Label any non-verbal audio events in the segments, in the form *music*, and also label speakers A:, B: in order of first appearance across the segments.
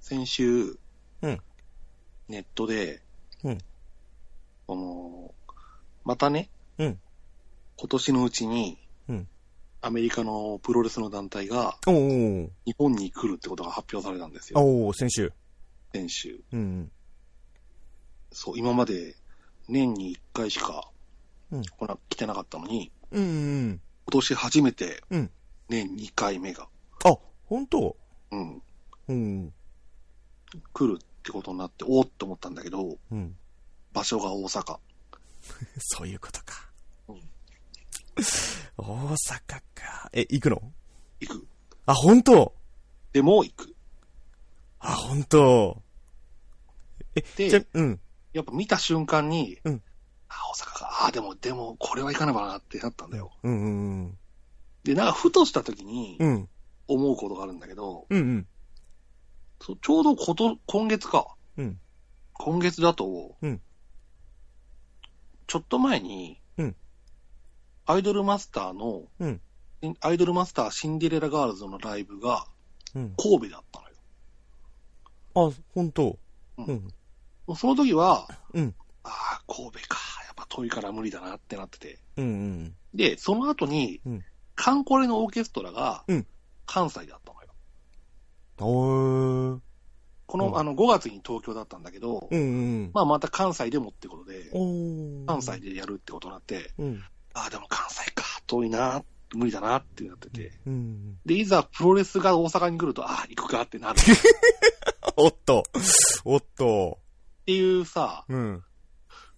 A: 先週、
B: うん
A: ネットで、
B: うん
A: この、またね、
B: うん
A: 今年のうちに、
B: うん
A: アメリカのプロレスの団体が
B: おー
A: 日本に来るってことが発表されたんですよ、
B: おー先週。
A: 先週。
B: うん。
A: そう、今まで年に1回しか
B: うん
A: 来な来てなかったのに、
B: うんうん。
A: 今年初めて
B: うん
A: 年2回目が、
B: あ、本当
A: うん、
B: うん。
A: 来るってことになって、おーっと思ったんだけど、
B: うん。
A: 場所が大阪。
B: そういうことか。
A: うん
B: 大阪か。え、行くの
A: 行く。
B: あ、本当
A: でも行く。
B: あ、本当
A: で
B: じゃ、うん。
A: やっぱ見た瞬間に、
B: うん
A: あ、大阪か、あ、でも、でも、これは行かねばなってなったんだよ。
B: うんうん
A: で、なんか、ふとした時に
B: うん。うん。
A: 思うことがあるんだけど、
B: うんうん。
A: そうちょうどこと、今月か。
B: うん
A: 今月だと、
B: うん
A: ちょっと前に、
B: うん
A: アイドルマスターの、
B: うん
A: アイドルマスターシンデレラガールズのライブが
B: うん。
A: 神戸だったのよ。
B: あ、本当
A: うん
B: うん。
A: もうその時は、
B: うん
A: ああ、神戸か。やっぱ遠いから無理だなってなってて。
B: うんうん。
A: で、その後に
B: うん、
A: カンコレのオーケストラが
B: うん、
A: 関西だったのよ。
B: おー。
A: この、
B: うん
A: あの、5月に東京だったんだけど、
B: うんうん。
A: まあ、また関西でもってことで、
B: おー。
A: 関西。でやるってことになって、
B: うん。
A: ああ、でも関西か、遠いな、無理だなってなってて、
B: うん。
A: で、いざプロレスが大阪に来ると、ああ、行くかって
B: *laughs*
A: なるっ
B: おっと。おっと。
A: ていうさ、
B: うん。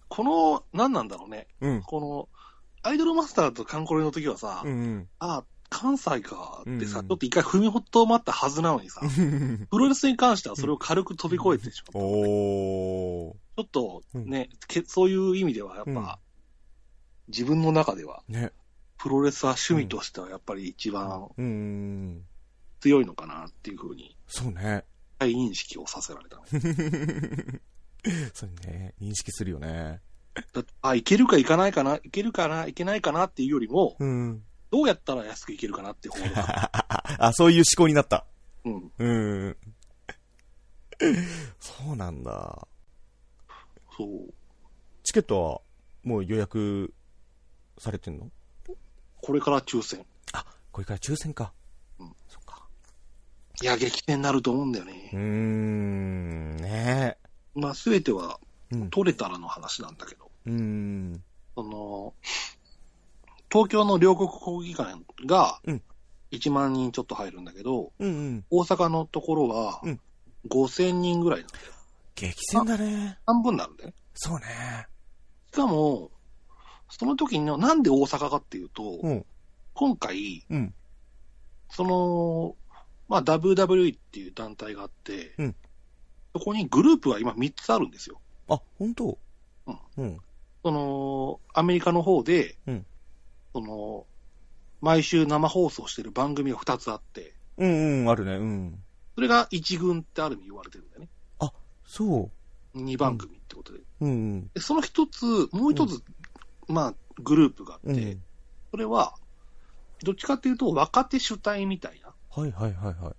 A: この、何なんだろうね、
B: うん。
A: この、アイドルマスターとカンコレの時はさ、
B: うんうん。
A: ああ、関西かってさ、
B: うん
A: ちょっと一回踏みほっと待ったはずなのにさ、
B: うん
A: プロレスに関してはそれを軽く飛び越えてしまった。
B: おー。
A: ちょっとね、けそういう意味ではやっぱ、
B: うん
A: 自分の中では、
B: ね。
A: プロレスは趣味としてはやっぱり一番
B: うんうん。
A: 強いのかなっていうふうに、
B: そうね。
A: 再認識をさせられたの。
B: そうね。認識するよね。
A: だってあ、いけるかいかないかな、いけるかな、いけないかなっていうよりも、
B: うん。
A: どうやったら安くいけるかなって方が、
B: *laughs* あ、そういう思考になった。
A: うん。
B: うん。そうなんだ。
A: そう。
B: チケットはもう予約されてんの
A: これから抽選。
B: あ、これから抽選か。
A: うん
B: そっか。
A: いや、激戦になると思うんだよね
B: うー。ん、ね
A: まあ、すべては
B: え。うん。
A: 取れたらの話なんだけど、
B: うん。
A: その、東京の両国国技館が
B: うん、
A: 1万人ちょっと入るんだけど、
B: うんうん。
A: 大阪のところは
B: うん、
A: 5000人ぐらいなんだよ。
B: 激戦だね。
A: 半分になるんだよね。
B: そうね。
A: しかも、その時の、なんで大阪かっていうと、
B: うん。
A: 今回、
B: うん。
A: その、まあ、WWE っていう団体があって、
B: うん
A: そこにグループは今3つあるんですよ。
B: あ、本当
A: うん。
B: うん。
A: その、アメリカの方で、
B: うん
A: その、毎週生放送してる番組が2つあって、
B: うんうん、あるね。うん。
A: それが1軍ってある意味言われてるんだよね。
B: そ
A: 2番組ってことで。
B: う。うん
A: でその一つ、もう一つ、まあ、グループがあって、
B: うん。うん。
A: それは、どっちかっていうと、若手主体みたいな。
B: はいはいはいはい。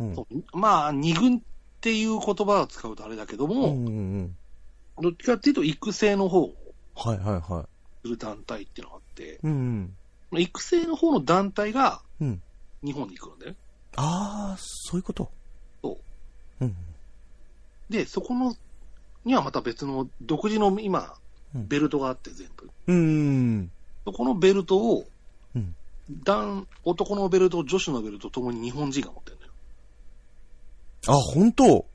B: うん。
A: そうまあ、二軍っていう言葉を使うとあれだけど
B: う
A: も、
B: んうんうん。
A: どっちかっていうと、育成の方を
B: はいはいは
A: する団体っていうのがあって、
B: い。うんうん。
A: 育成の方の団体が
B: うん。
A: 日本に行くんだよね。
B: ああ、そういうこと。。
A: そう
B: うん。
A: で、そこの、にはまた別の独自の今、
B: うん
A: ベルトがあって全部。
B: うん。
A: そこのベルトを、
B: うん
A: 男、男のベルト、女子のベルトともに日本人が持ってるのよ。
B: あ、本当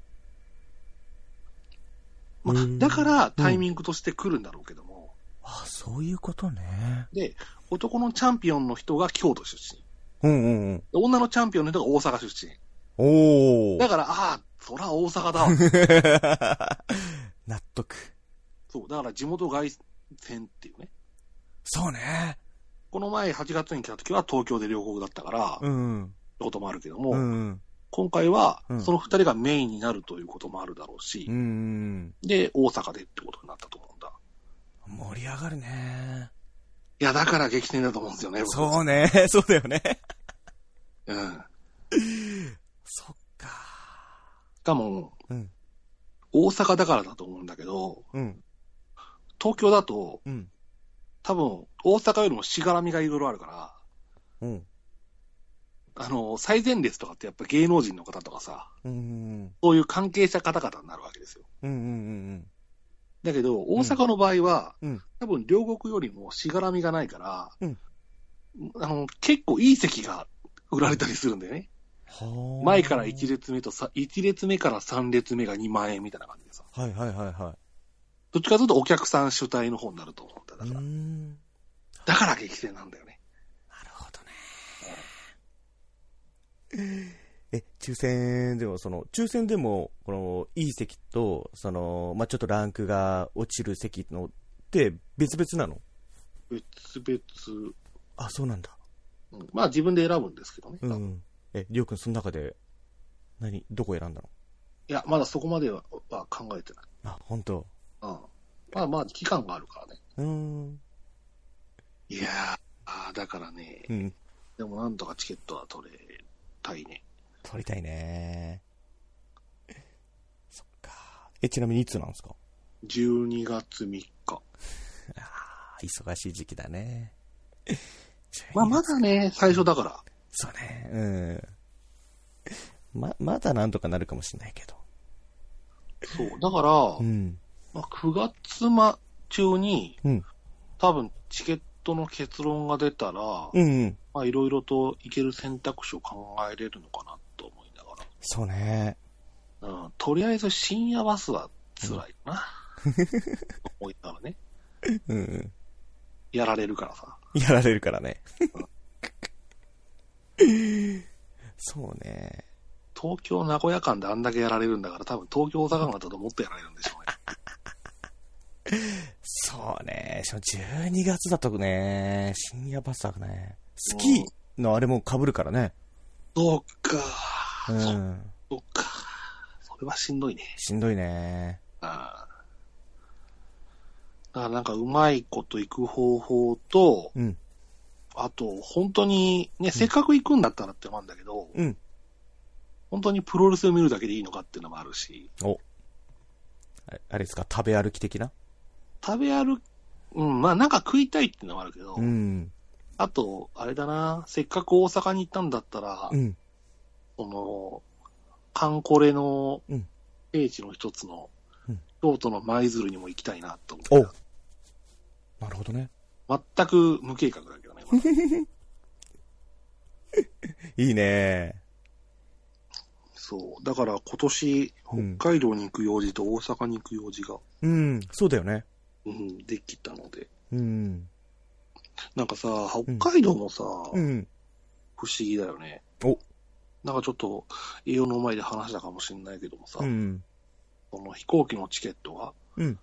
A: ま
B: う
A: あ、
B: ん
A: だからタイミングとして来るんだろうけども、
B: あ、そういうことね。
A: で、男のチャンピオンの人が京都出身、
B: うんうんうん。
A: 女のチャンピオンの人が大阪出身。
B: お
A: だ
B: ー。
A: から、ああ、そら大阪
B: *laughs*
A: だわ。
B: 納得。
A: そう、だから地元凱旋っていうね。
B: そうね。
A: この前8月に来た時は東京で両国だったから、って
B: うん。
A: こともあるけども、
B: うんうん。
A: 今回は
B: うん
A: その2人がメインになるということもあるだろうし、
B: うんうん。
A: で、大阪でってことになったと思うんだ。
B: 盛り上がるね。
A: いや、だから激戦だと思うんですよね、僕
B: そうね。 *laughs* そうだよね。
A: うん。し
B: そっか。
A: かも、
B: うん
A: 大阪だからだと思うんだけど、
B: うん。
A: 東京だと、
B: うん。
A: 多分、大阪よりもしがらみがいろいろあるから、
B: うん。
A: あの、最前列とかってやっぱ芸能人の方とかさ、
B: うん。うん。
A: そういう関係者方々になるわけですよ。
B: うん。うん。
A: だけど、大阪の場合は、
B: うん
A: 多分両国よりもしがらみがないから、
B: うん
A: あの、結構いい席が売られたりするんだよね。
B: はあ。
A: 前から1列目とさ、1列目から3列目が2万円みたいな感じでさ。
B: はいはいはいは
A: どっちかというとお客さん主体の方になると思うんだ。
B: い。
A: だから、
B: ん。な
A: だから激戦なんだよね。
B: るほどね。え、抽選でも、その、抽選でも、この、いい席と、その、まあ、ちょっとランクが落ちる席のって、別々なの
A: 別々、
B: あ、そうなんだ。
A: うんまあ自分で選ぶんですけどね。
B: う
A: い
B: ん。え、りょうくん、その中で、何、どこ選んだの
A: や、まだそこまではは考えてない。
B: あ、本当。
A: うん。まあまあ、期間があるからね。
B: うーん。
A: いやー、だからね、
B: うん。
A: でもなんとかチケットは取れたいね。
B: 取りたいねそっか。え、ちなみにいつなんですか
A: 12月3日。
B: ああ、忙しい時期だね。
A: まあ、まだね、最初だから。
B: そうね。うん。ま、まだなんとかなるかもしれないけど。
A: そう。だから、
B: ん。
A: まあ、9月間中に、
B: うん。
A: 多分チケットの結論が出たら、
B: うん、うん。
A: まあ、いろいろといける選択肢を考えれるのかなと思いなが
B: そうね。
A: ら。うん。とりあえず深夜バスは辛いかな。思いながらね。
B: *laughs* うんうん。
A: やられるからさ。
B: やられるからね。そうね。
A: 東京、名古屋間であんだけやられるんだから、多分東京、大阪間だともっとやられるんでしょうね。
B: そうね。しかも12月だとね、深夜バスだね。スキーのあれも被るからね。
A: そうか。
B: うん。
A: そうか。それはしんどいね。
B: しんどいね。
A: ああ。だからなんかうまいこと行く方法と、
B: うん。
A: あと本当にね、せっかく行くんだったらって思うんだけど、
B: うん。
A: 本当にプロレスを見るだけでいいのかっていうのもあるし、
B: お。あれあれですか食べ歩き的な
A: 食べ歩き、うん、まあなんか食いたいっていうのもあるけど、
B: うん。
A: あと、あれだな、せっかく大阪に行ったんだったら、
B: うん。
A: その、カンコレの
B: うん
A: 聖地の一つの、
B: うん
A: 京都の舞鶴にも行きたいなと思って。
B: おなるほどね。
A: 全く無計画だけどね。これ
B: いいね。
A: そう。だから今年、
B: うん
A: 北海道に行く用事と大阪に行く用事が、
B: うん。そうだよね。
A: うん、できたので。
B: うん。
A: なんかさ、
B: ん
A: 北海道もさ、
B: うん。
A: 不思議だよね。
B: お
A: なんかちょっと、栄養の前で話したかもしれないけどもさ、
B: うん。
A: この飛行機のチケットが、
B: うん。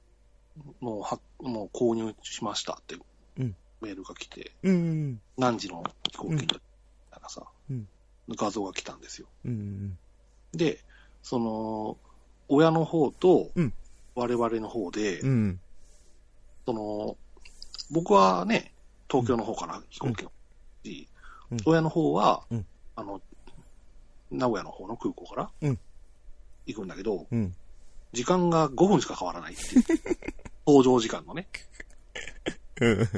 A: もうは、もう購入しましたって、
B: うん
A: メールが来て、
B: うん。
A: 何時の飛行機に、なんかさ、
B: うん
A: 画像が来たんですよ。
B: うん。
A: で、その、親の方と
B: うん、
A: 我々の方で、
B: うん。
A: その、僕はね、東京の方から飛行機を、し
B: うん
A: 親の方は、
B: うん
A: あの、名古屋の方の空港から、
B: うん
A: 行くんだけど、
B: うん。
A: 時間が5分しか変わらないってい
B: *laughs*
A: う。搭乗時間のね。
B: うん。
A: 搭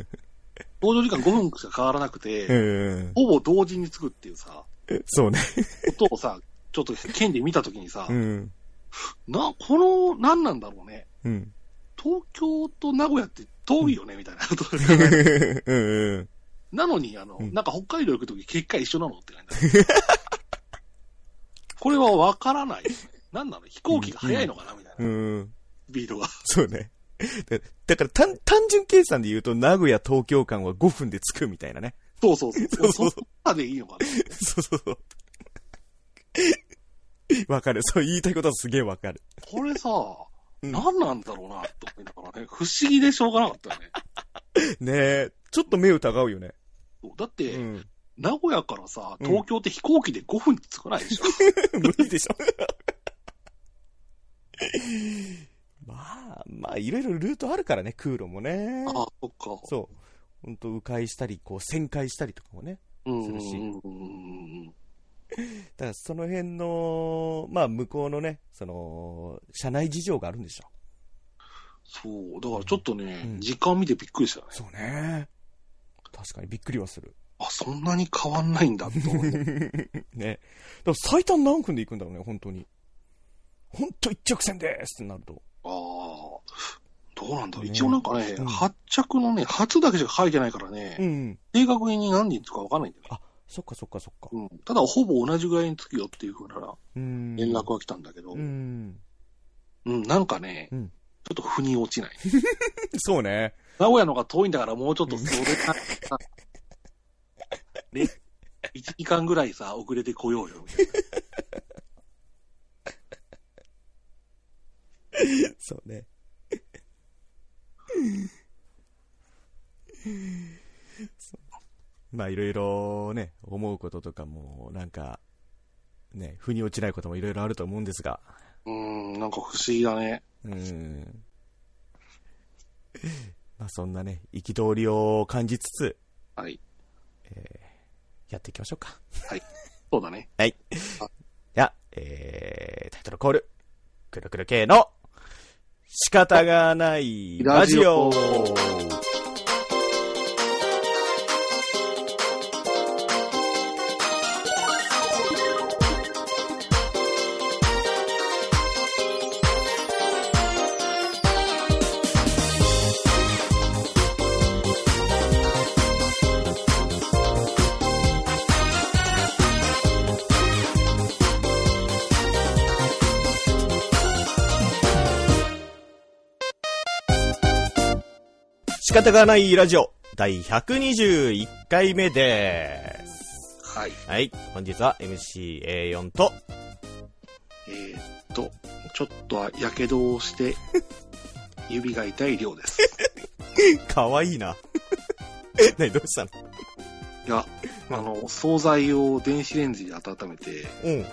A: 乗時間5分しか変わらなくて、
B: うん。
A: ほぼ同時に着くっていうさ、
B: *laughs* そうね。
A: ことをさ、ちょっと県で見たときにさ、
B: うん。
A: な、この、何なんだろうね。
B: *laughs* うん。
A: 東京と名古屋って遠いよね、みたいなことを考
B: う
A: えて
B: ん。
A: なのに、あの、
B: うん
A: なんか北海道行くとき結果一緒なのって感じだこれはわからないですね。なんなの飛行機が速いのかなみたいな。
B: うん。
A: スピードが。
B: そうね。だだから単、単純計算で言うと、名古屋東京間は5分で着くみたいなね。 *laughs*
A: そうそうそう。
B: そ
A: そ
B: うそう
A: のまでいいのかな
B: そうそうそう。 *laughs* わかる。そう言いたいことはすげえわかる。
A: これさ、
B: うん
A: 何なんだろうな、と思いながらね。不思議でしょうがなかったよね。
B: ねえ。ちょっと目疑うよね。
A: そうだって、
B: うん。
A: 名古屋からさ、
B: うん
A: 東京って飛行機で5分で着かないでしょ。
B: *laughs* 無理でしょ。まあ、まあ、いろいろルートあるからね、空路もね。
A: ああ、そっか。
B: そう。本当迂回したり、こう、旋回したりとかもね。
A: うん
B: する
A: う
B: し
A: んうんうんうん。
B: だからその辺の、まあ、向こうのね、その、社内事情があるんでしょ。
A: そう、だからちょっとね、
B: うん
A: 時間見てびっくりしたね。
B: そうね。確かにびっくりはする。
A: あ、そんなに変わんないんだって思って。
B: ね。だから最短何分で行くんだろうね、本当に。本当一直線ですってなると。
A: ああ、どうなんだろう。
B: ね
A: 一応なんかね、
B: うん
A: 発着のね、初だけしか書いてないからね、
B: うん。
A: 正確に何人つかわかんないんだよね。
B: そっかそっかそっか。
A: うん、ただ、ほぼ同じぐらいにつくよっていうふうなら
B: うん。
A: 連絡は来たんだけど、う、
B: うんん。
A: なんかね、
B: うん
A: ちょっと腑に落ちない。
B: そうね。
A: 名古屋の方が遠いんだから、もうちょっとそれ
B: *laughs*
A: か、ね、1時間ぐらいさ、遅れてこようよ、みたいな。
B: そうね。そう *laughs* まあいろいろね、思うこととかも、なんか、ね、腑に落ちないこともいろいろあると思うんですが、
A: うーん、なんか不思議だね。
B: うん。まあそんなね、憤りを感じつつ、
A: はい。
B: やっていきましょうか。
A: そうだね。
B: いや、えー、タイトルコール、くるくる系の、仕方がないラジオ。
A: ラジ
B: 仕方がないラジオ、第121回目です。
A: はい。
B: はい、本日は MCA4 と、
A: えー、っと、ちょっとはやけどを
B: *laughs*
A: して、指が痛い量です。
B: かわいいな。 *laughs* 何、どうしたの
A: いや、あの、惣菜を電子レンジで温めて、
B: うん。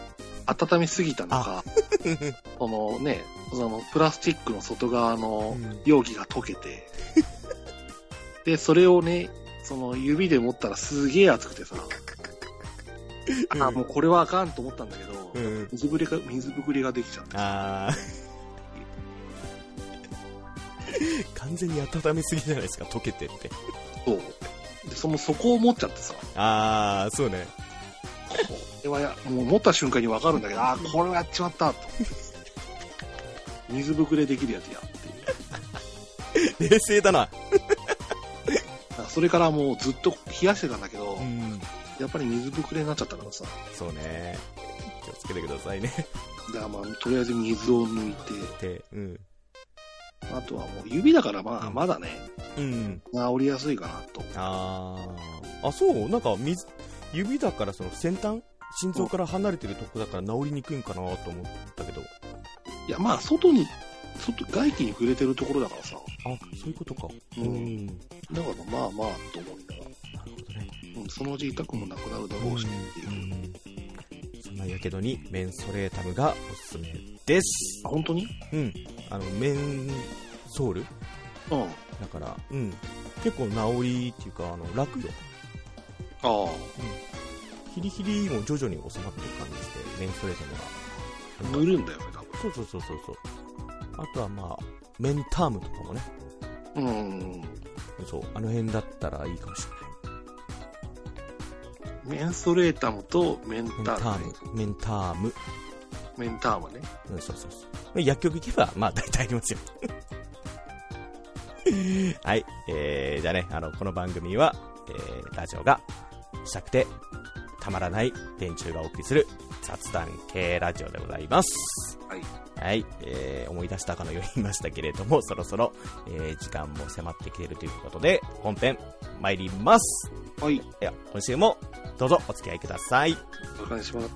A: 温めすぎたのか、 *laughs* そのね、そのプラスチックの外側の
B: うん
A: 容器が溶けて、で、それをね、その指で持ったらすげえ熱くてさ、あーもうこれはあかんと思ったんだけど、
B: うん。
A: 水ぶりが、水ぶくれができちゃってさ、
B: あー。完全に温めすぎじゃないですか、溶けてって。
A: そう。で、その底を持っちゃってさ、
B: あー、そうね。
A: これはや、もう持った瞬間にわかるんだけど、ああ、これはやっちまったと。水ぶくれできるやつやっていう。
B: 冷静だな。
A: だからそれからもうずっと冷やしてたんだけど、
B: ん。
A: やっぱり水ぶくれになっちゃったからさ、
B: そうね。気をつけてくださいね。
A: だからまあ、とりあえず水を抜いて、
B: って。うん。
A: あとはもう指だからまあ、
B: うん
A: まだね、
B: うん。
A: 治りやすいかなと。
B: あー。あ、そうなんか、水、指だからその先端心臓から離れてるとこだから治りにくいんかなと思ったけど。
A: いや、まあ、外に、外、外気に触れてるところだからさ、
B: あ、そういうことか。
A: うん
B: なる
A: だからまあまあ、と思いながら、
B: ほどね。
A: うん、そのうち痛くもなくなるだろうしねっていう。
B: そんなやけどにメンソレータムがおすすめです
A: あ、本当に
B: うんあのメンソール
A: うん。あ
B: だからうん結構治りっていうかあの楽よ
A: あ。
B: ヒリヒリも徐々に収まってる感じしてメンソレータムが
A: 塗るんだよね、多
B: そうそうそうそうそうあとはまあメンタームとかもね
A: 分。うん。
B: そうあの辺だったらいいかもしれない
A: メンソレータムとメン
B: メンタ
A: ター
B: ー
A: ムね。
B: ムメンターム、
A: メンタームね。
B: うん、そうそうそう薬局行けばまあ大体ありますよ *laughs* はいえー、じゃあねあのこの番組は、えー、ラジオがしたくてたまらない電柱がお送りする雑談系ラジオでございます
A: はい
B: はい、えー、思い出したかのように言いましたけれどもそろそろ、えー、時間も迫ってきているということで本編参ります
A: はい。
B: では今週もどうぞお付き合いください
A: お願いします。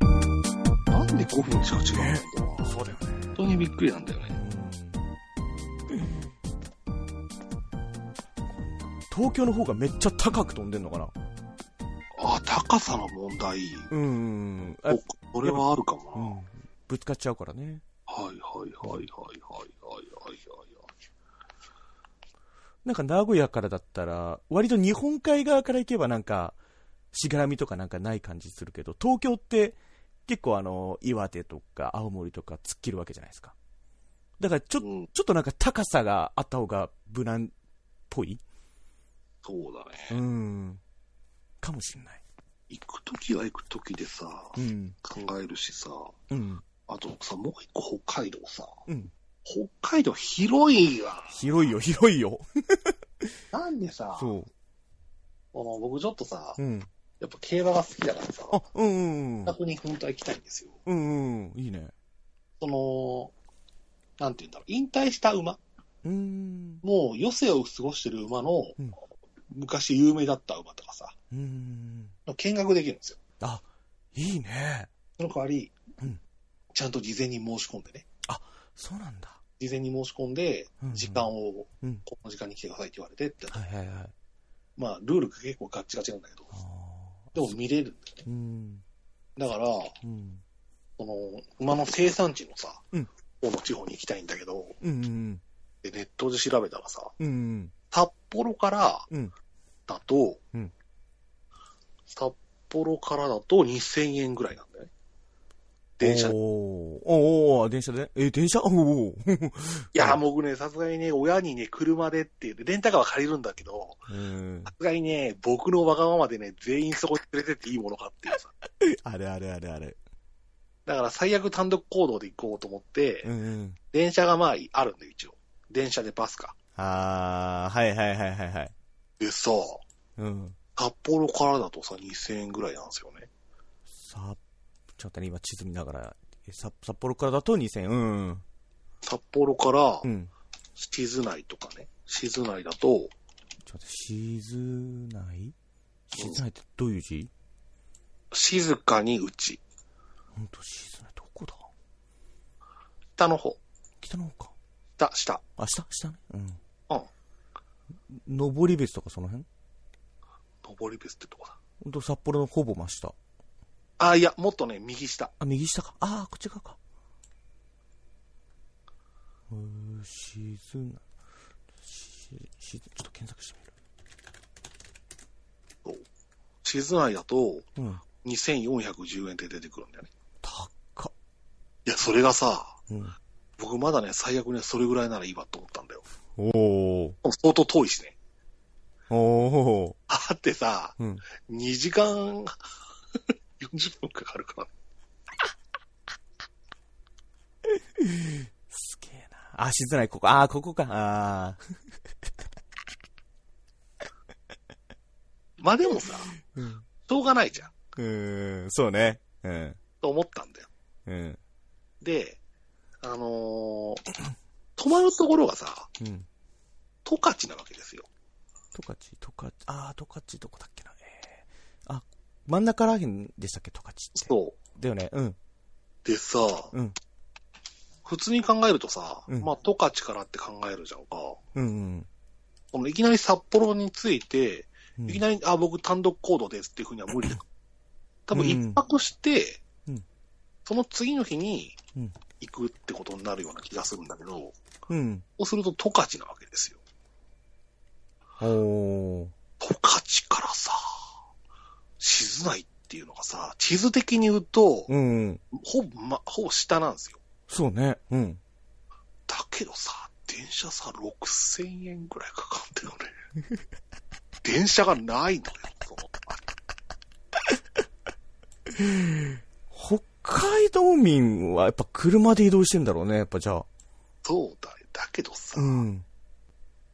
A: で5分近く違うの
B: そうだよね。
A: 本当にびっくりなんだよね。
B: 東京の方がめっちゃ高く飛んでんのかな
A: あ、高さの問題。
B: うん。あ
A: おこれはあるかもな。
B: うんぶつかっちゃうからね。
A: はいはいはいはいはいはいはいはい。
B: なんか名古屋からだったら、割と日本海側から行けばなんか、しがらみとかなんかない感じするけど、東京って結構あの、岩手とか青森とか突っ切るわけじゃないですか。だからちょ、
A: うん、
B: ちょっとなんか高さがあった方が無難っぽい
A: そうだね。
B: うん。かもしんない。
A: 行くときは行くときでさ、
B: うん。
A: 考えるしさ、
B: うん。
A: あとさ、もう一個北海道さ、
B: うん。
A: 北海道広いわ。
B: 広いよ、広いよ。
A: なんでさ、あの
B: そ
A: 僕ちょっとさ
B: う。、うん。
A: やっぱ競馬が好きだからさ、
B: あ、うんうんうん。
A: 自宅に本当は行きたいんですよ。
B: うんうん。いいね。
A: その、なんて言うんだろう、引退した馬、
B: うん。
A: もう余生を過ごしてる馬の、
B: うん
A: 昔有名だった馬とかさ、
B: うん。
A: の見学できるんですよ。
B: あ、いいね。
A: その代わり、
B: うん
A: ちゃんと事前に申し込んでね、
B: そうなんだ。
A: 事前に申し込んで、
B: うん
A: 時間を、
B: うん
A: この時間に来てくださいって言われてって、
B: はいはいはい。
A: まあ、ルールが結構ガッチガチなんだけど、
B: あ
A: でも見れるんだよね
B: ーうん。
A: だから、
B: うん。
A: その、馬の生産地のさ、
B: うん
A: 方の地方に行きたいんだけど、
B: うんうん
A: でネットで調べたらさ、
B: うん。うん
A: 札幌から
B: うん
A: だと、
B: うん
A: 札幌からだと2000円ぐらいなんだよね。電車。い
B: おーおー電車でえ、電車おおー
A: や、もうね、さすがにね、親にね、車でって言って、レンタカーは借りるんだけど、
B: うん
A: さすがにね、僕のわがままでね、全員そこに連れてっていいものかっていうさ。
B: あれあれあれあれ。
A: だから最悪単独行動で行こうと思って、
B: うんうん。
A: 電車がまあ、あるんだよ、一応。電車でバスか。
B: あー、はいはいはいはいはい。
A: でさ、
B: うん。
A: 札幌からだとさ、2000円ぐらいなんですよね。
B: さ、ちょっとね、今地図見ながら、えさ札幌からだと2000、うん。
A: 札幌から
B: う、ん。
A: 静内とかね、静内だと、
B: ちょっと待って、静内静内ってどういう字
A: 静かにうち、
B: ほんと静内どこだ
A: 北の方、
B: 北の方か。
A: 下、下。
B: あ、下下ね。うん。
A: うん。
B: 登り別とかその辺
A: 登別ってとこだ。
B: ほんと札幌のほぼ真下。
A: あ、いや、もっとね、右下。
B: あ、右下か。ああ、こっち側か。うー、しずな、し、しず、ちょっと検索して
A: 静内だと、
B: みる。うん。
A: 2410円で出てくるんだよね。
B: 高っ。
A: いや、それがさ、
B: うん。
A: 僕まだね、最悪ね、それぐらいならいいわと思ったんだよ。
B: お
A: 相当遠いしね。
B: おお
A: あってさ、
B: うん。
A: 2時間 *laughs* 40分かかるから、
B: すげえな。あ、しずない、ここ。ああ、ここか。ああ。
A: まあでもさ、
B: うん。
A: しょうがないじゃん。
B: うん、そうね。うん。
A: と思ったんだよ。
B: うん。
A: で、あのー、泊まるところがさ、
B: うん。
A: 十勝なわけですよ。
B: トカチ、トカチ、ああ、トカチどこだっけな。えー、あ、真ん中らへんでしたっけ、トカチって。
A: そう。
B: だよね。うん。
A: でさ、
B: うん
A: 普通に考えるとさ、
B: うん
A: まあ、十勝からって考えるじゃんか。
B: うんうん。
A: このいきなり札幌に着いて、
B: うん
A: いきなり、あ、僕単独行動ですっていうふうには無理だ。多分一泊して、
B: うん
A: その次の日に
B: うん
A: 行くってことになるような気がするんだけど、そ
B: うん。
A: うすると十勝なわけですよ。
B: おお。
A: 十勝からさ、静内っていうのがさ、地図的に言うと、
B: うんうん。
A: ほぼ、ま、ほぼ下なんですよ。
B: そうね。うん。
A: だけどさ、電車さ、6000円ぐらいかかんだよね。 *laughs* 電車がないのよ、そのあ
B: 北海道民はやっぱ車で移動してんだろうね、やっぱじゃあ。
A: そうだよ。だけどさ、
B: ん。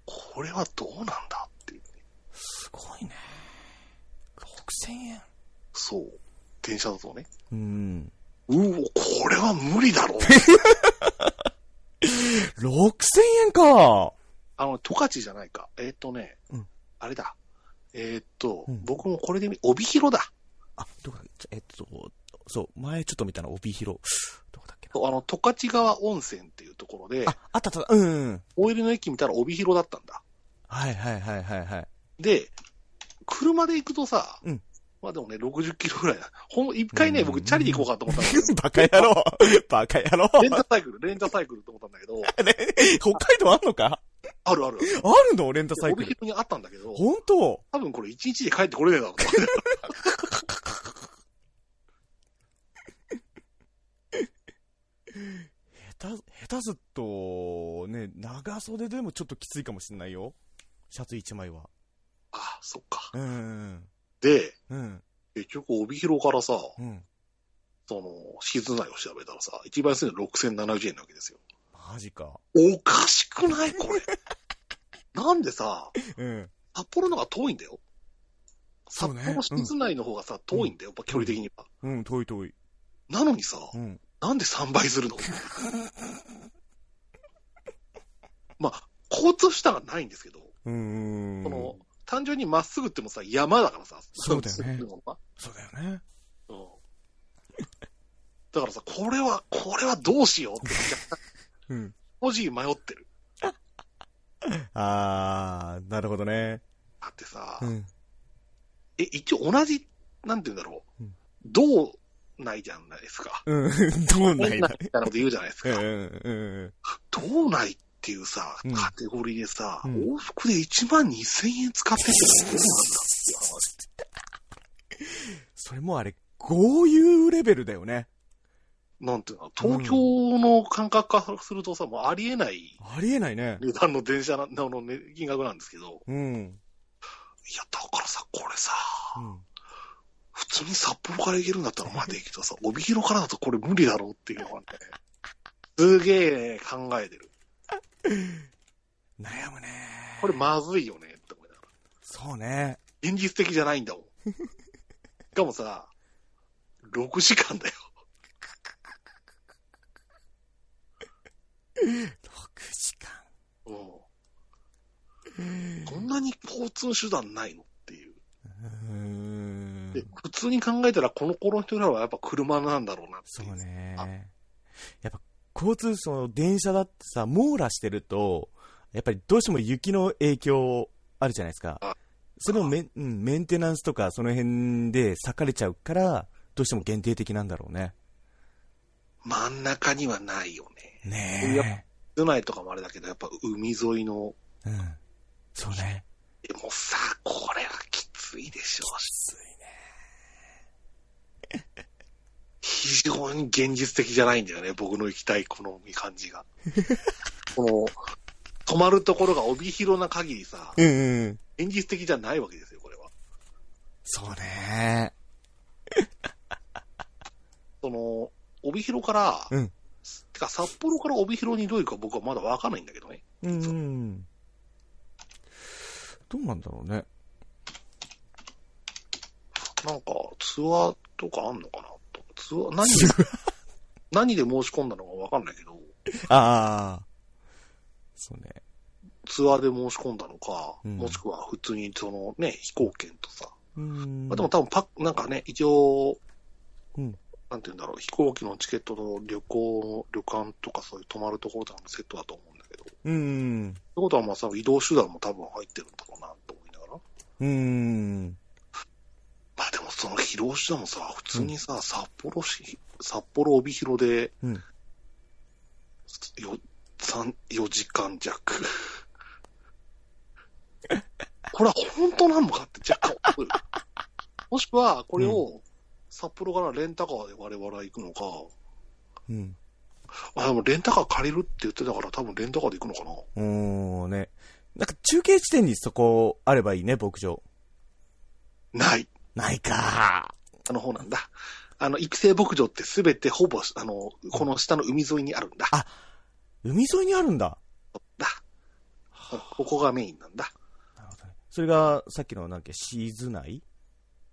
A: これはどうなんだっていうね。
B: すごいね。6000円。
A: そう。電車だとね。
B: うん。
A: うお、これは無理だ
B: *laughs*
A: ろう。
B: 6000円か
A: あの、十勝じゃないか。えーっ、とね、
B: うん
A: あれだ。えーっ、と、
B: うん
A: 僕もこれで見、帯広だ。
B: あ、どこだえっと、そう、前ちょっと見たの、帯広。どこだっけな。
A: そうあの、十勝川温泉っていうところで、
B: あ、あったあった、うん、うん。
A: オイルの駅見たら帯広だったんだ。
B: はいはいはいはいはい。
A: で、車で行くとさ、
B: うん
A: まあでもね、60キロぐらいだ。ほん、一回ね、僕、チャリで行こうかと思ったんだけど、
B: バカ野郎バカ野郎 *laughs*
A: レンタサイクル、レンタサイクルと思ったんだけど、
B: 北海道あんのか
A: あるある。
B: あるのレンタサイク
A: 帯
B: ル。
A: 広にあったんだけど、
B: 本当
A: 多分これ1日で帰ってこれねえだろうと思って。
B: 下手、下手すっと、ね、長袖でもちょっときついかもしんないよ。シャツ一枚は。
A: あ、そっか。
B: うんうん
A: で、
B: うん。うん。
A: 結局、帯広からさ、
B: うん。
A: その、敷地内を調べたらさ、一番安いのは6070円なわけですよ。
B: マジか。
A: おかしくないこ
B: *laughs*
A: れ。なんでさ、
B: うん。
A: 札幌の方が遠いんだよ。
B: そ
A: 札
B: うね
A: 幌敷地内の方がさ、遠いんだよ、やっぱ距離的には。
B: うん、遠い遠い。
A: なのにさ、
B: うん。
A: なんで3倍するの *laughs* まあ、交通手段がないんですけど、
B: うーん。
A: この、単純にまっすぐってもさ、山だからさ、
B: そうだよね
A: まっすぐのは
B: そうだよね。
A: うんだからさ、これは、これはどうしようって、
B: うん。
A: 文字迷ってる。
B: あー、なるほどね。
A: だってさ、
B: うん。
A: え、一応同じ、なんて言うんだろう
B: うん、
A: 道内じゃないですか。
B: うん。 *laughs* どう
A: 道
B: な
A: 内
B: い
A: みた
B: だ
A: いなこと言うじゃないです
B: うん
A: か。
B: うん
A: 道内っていうさ、
B: うん
A: カテゴリーでさ、
B: うん
A: 往復で1万2000円使ってるってどうなんだっていう話。
B: それもあれ、豪遊レベルだよね。
A: なんていうの、東京の感覚からするとさ、もうありえない
B: ありえないね。
A: 値段の電車なのの、ね、金額なんですけど、い
B: うん。うん。
A: や、だからさ、これさ、普通に札幌から行けるんだったらまだいいけどさ、帯広からだとこれ無理だろうっていうのがね、すげえ考えてる。
B: 悩むね。
A: これまずいよねって思いながら。
B: そうね。
A: 現実的じゃないんだもん。しかもさ、6時間だよ。
B: 6時間。
A: うんこんなに交通手段ないのっていう。
B: うーん
A: で。普通に考えたら、この頃の人らはやっぱ車なんだろうなって
B: そ
A: いうう。あ
B: ね。やっぱ、交通、その、電車だってさ、網羅してると、やっぱりどうしても雪の影響あるじゃないですか
A: あ。
B: それをメン,うん、メンテナンスとか、その辺で裂かれちゃうから、どうしても限定的なんだろうね。
A: 真ん中にはないよね。
B: ね
A: 都内とかもあれだけど、やっぱ海沿いの、
B: え。うん。そうね。
A: でもさ、これはきついでしょうし、
B: ついね。
A: 非常に現実的じゃないんだよね、僕の行きたいこの感じ
B: *laughs*
A: が。この、泊まるところが帯広な限りさ、
B: うんうん。
A: 現実的じゃないわけですよ、これは。
B: そうね。
A: その、帯広から、
B: うん
A: てか札幌から帯広にどういうか僕はまだわかんないんだけどね。
B: うんうん。どうなんだろうね。
A: なんか、ツアーとかあんのかなとツアー、何
B: ツ
A: で、 *laughs* 何で申し込んだのかわかんないけど、
B: ああ。そうね。
A: ツアーで申し込んだのか、
B: うん
A: もしくは普通にそのね、飛行券とさ、
B: うん
A: まあでも多分パッ、なんかね、一応、
B: うん
A: なんて言うんだろう、飛行機のチケットと旅行、旅館とかそういう泊まるところとかのセットだと思うんだけど、って
B: うん。
A: ことはまあその移動手段も多分入ってるんだろうなと思いながら。
B: うん。
A: まあでもその疲労したもさ、普通にさ、札幌市、札幌帯広で、
B: うん
A: よ三4時間弱。これは本当なのかって若干思う。もしくは、これを札幌からレンタカーで我々は行くのか、
B: うん。
A: あ、でもレンタカー借りるって言ってたから多分レンタカーで行くのかな。
B: おーね。なんか中継地点にそこあればいいね、牧場。
A: ない。
B: ないか
A: あの方なんだ。あの、育成牧場ってすべてほぼ、あの、この下の海沿いにあるんだ。
B: 海沿いにあるんだ。
A: だ。ここがメインなんだ。
B: なるほどね。それが、さっきのなんかシーズ内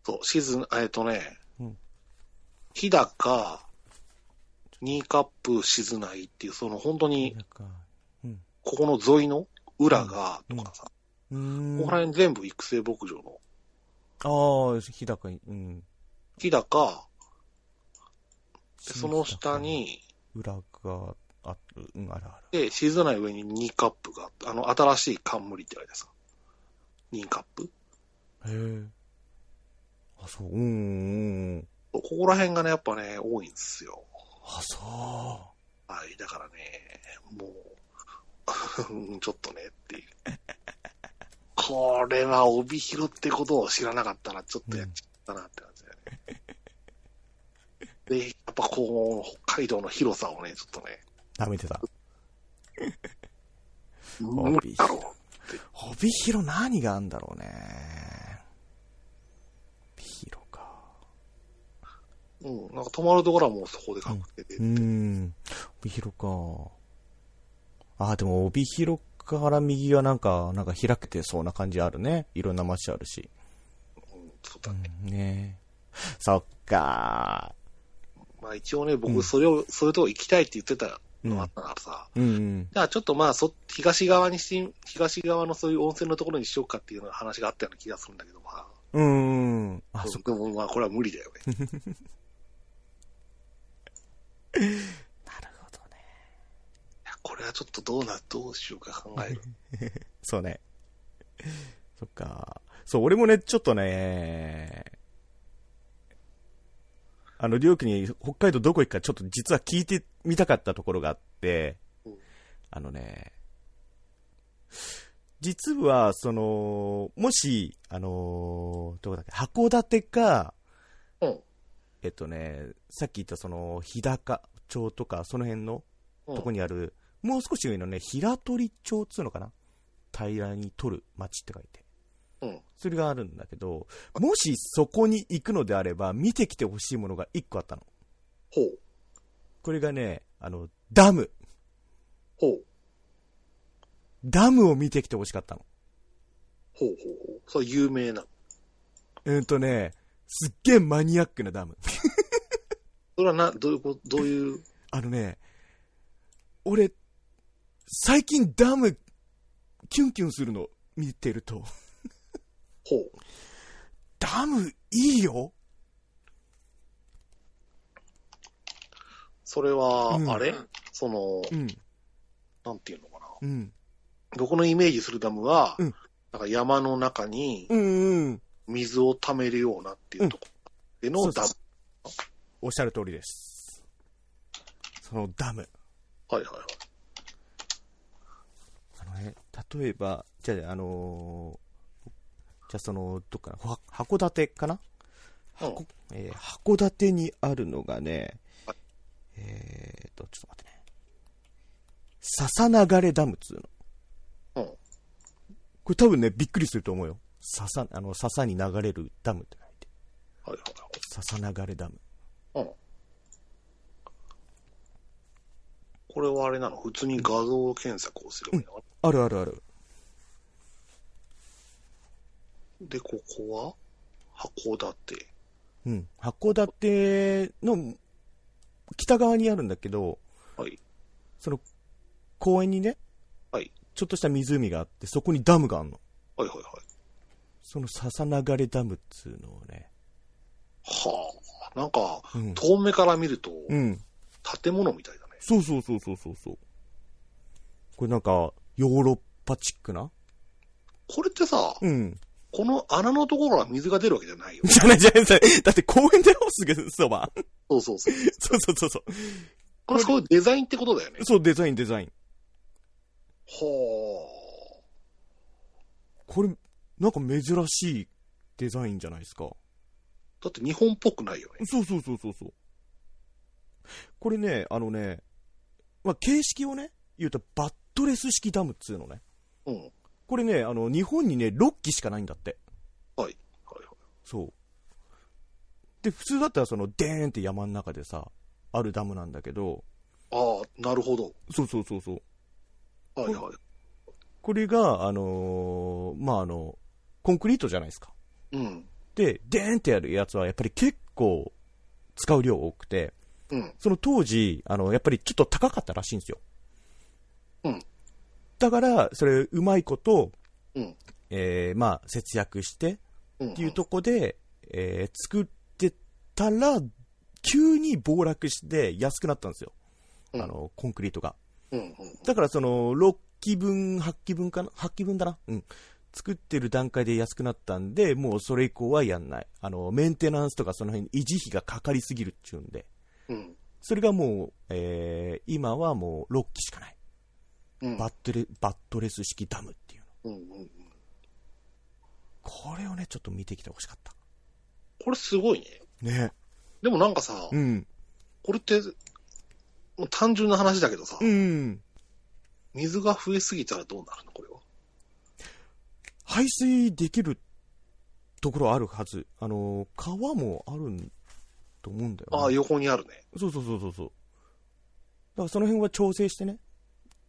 A: そう、シーズン、えっとね
B: うん、
A: 日高、ニーカップ、静内っていう、その本当に、ここの沿いの裏が、
B: う
A: と
B: ん
A: かさ、
B: うーん。
A: ここら辺全部育成牧場の、
B: ああ、日高に、うん。
A: 日高、でその下に、
B: 裏がある、うん、あるある。
A: で、シーズン内上に2カップがあって、あの、新しい冠って書いてさ、2カップ
B: へえ。あ、そう、うんうんうん。
A: ここら辺がね、やっぱね、多いんですよ。
B: あ、そ
A: はい、だからね、もう *laughs* うん、ちょっとねっていう。これは帯広ってことを知らなかったら、ちょっとやっちゃったなって感じだよね。で、やっぱこう、北海道の広さをね、ちょっとね、
B: う。舐めてた。
A: 無理だろう。
B: 帯広何があんだろうね。帯広か。
A: うん、なんか泊まるところはもうそこで確定で。
B: うん。帯広か。あーでも帯広から右がなんか、なんか開けてそうな感じあるね。いろんな街あるし。
A: うんそうだね。
B: うんねそっか
A: まあ一応ね、僕、それを、それとこ行きたいって言ってたのがあったからさ、
B: ー。うん。
A: じゃあちょっとまあそ、東側にし、東側のそういう温泉のところにしようかっていうような話があったような気がするんだけど、まあ、
B: うん。あ、そっ
A: でもまあこれは無理だよね。 *laughs*
B: なるほど
A: い
B: ね。
A: やこれはちょっとどうな、どうしようか考える。
B: そうね。そっか。そう、俺もね、ちょっとね、あの、りょうきに北海道どこ行くかちょっと実は聞いてみたかったところがあって
A: うん、
B: あのね、実は、その、もし、あの、どこだっけ、函館か、
A: うん。
B: えっとね、さっき言ったその、日高町とか、その辺の
A: うん
B: とこにある、もう少し上のね、平取町っつうのかな平らに取る町って書いて。
A: うん。
B: それがあるんだけど、もしそこに行くのであれば、見てきてほしいものが1個あったの。
A: ほう。
B: これがね、あの、ダム。
A: ほう。
B: ダムを見てきてほしかったの。
A: ほうほうほう。それ有名な。
B: うんとね、すっげえマニアックなダム。
A: それはな、どういうこと、どういう、
B: あのね、俺、最近ダム、キュンキュンするの見てると、
A: ほう。
B: ダムいいよ
A: それは
B: うん、
A: あれ、その、
B: うん、
A: なんていうのかな。
B: うん、
A: 僕のイメージするダムは、
B: うん
A: なんか山の中に
B: うん、うん。
A: 水を溜めるようなっていうところでのダム。
B: おっしゃる通りです。そのダム。
A: はいはいはい。
B: あのね、例えば、じゃあ、あのーじゃあその、どっかな、ほ函館かな、
A: うん
B: こえー函館にあるのがね
A: は、
B: えーと、ちょっと待ってね。笹流れダムっつうの。
A: うん。
B: これ多分ね、びっくりすると思うよ。笹、あの、笹に流れるダムって書いて。
A: はいはい
B: 笹流れダム。
A: はい。うん。これはあれなの普通に画像検索をするばいいのか
B: あるあるある。
A: なで、ここは函館。
B: うん。函館の北側にあるんだけど、
A: はい。
B: その公園にね、
A: はい。
B: ちょっとした湖があって、そこにダムがあるの。
A: はいはいはい。
B: その笹流れダムっつうのをね。
A: はあ。なんか、
B: うん
A: 遠目から見ると、
B: うん。
A: 建物みたいだね。
B: そうそうそうそうそうそう。これなんか、ヨーロッパチックな
A: これってさ、
B: うん。。
A: この穴のところは水が出るわけじゃないよ
B: じゃないじゃないじゃない。だって公園だよ、すぐそば。 *laughs*
A: そうそうそう。
B: そうそうそうそう。
A: これそういうデザインってことだよね。
B: そう、デザインデザイン。
A: は
B: これ、なんか珍しいデザインじゃないですか。
A: あ。だって日本っぽくないよね。
B: そうそうそうそうそう。これね、あのね、まあ、形式をね、言うとバットレス式ダムっつうのね。
A: うん。はい
B: これね、あの、日本にね、6基しかないんだって。
A: はい
B: そう。で、普通だったらその、でーんって山の中でさ、あるダムなんだけど、
A: はい。ああ、なるほど。
B: そうそうそうそう。
A: はいは
B: これが、あのーまあ、あの、コンクリートじゃないですか。
A: い。うん。
B: で、でーんってやるやつは、やっぱり結構、使う量多くて、
A: うん。
B: その当時、あの、やっぱりちょっと高かったらしいんですよ。
A: うん。
B: だから、それ、うまいこと、
A: うん。
B: えーまあ、節約して、
A: うん。
B: っていうとこで、えー作ってたら、急に暴落して安くなったんですよ。
A: うん
B: あの、コンクリートが。
A: うんうん。
B: だからその、6機分、8機分かな ?8 機分だな。うん。作ってる段階で安くなったんで、もうそれ以降はやんない。あの、メンテナンスとかその辺に維持費がかかりすぎるっちゅうんで。
A: うん。
B: それがもう、えー、今はもう6機しかない。
A: うん。
B: バットレ、バットレス式ダムっていうの。
A: うんうん。
B: これをね、ちょっと見てきてほしかった。
A: これすごいね。
B: ね。
A: でもなんかさ、
B: うん。
A: これって、もう単純な話だけどさ、
B: うん。
A: 水が増えすぎたらどうなるのこれは。
B: 排水できるところあるはず。あの、川もあるんと思うんだよ、ね。
A: ああ、横にあるね。
B: そうそうそうそうそう。だからその辺は調整してね、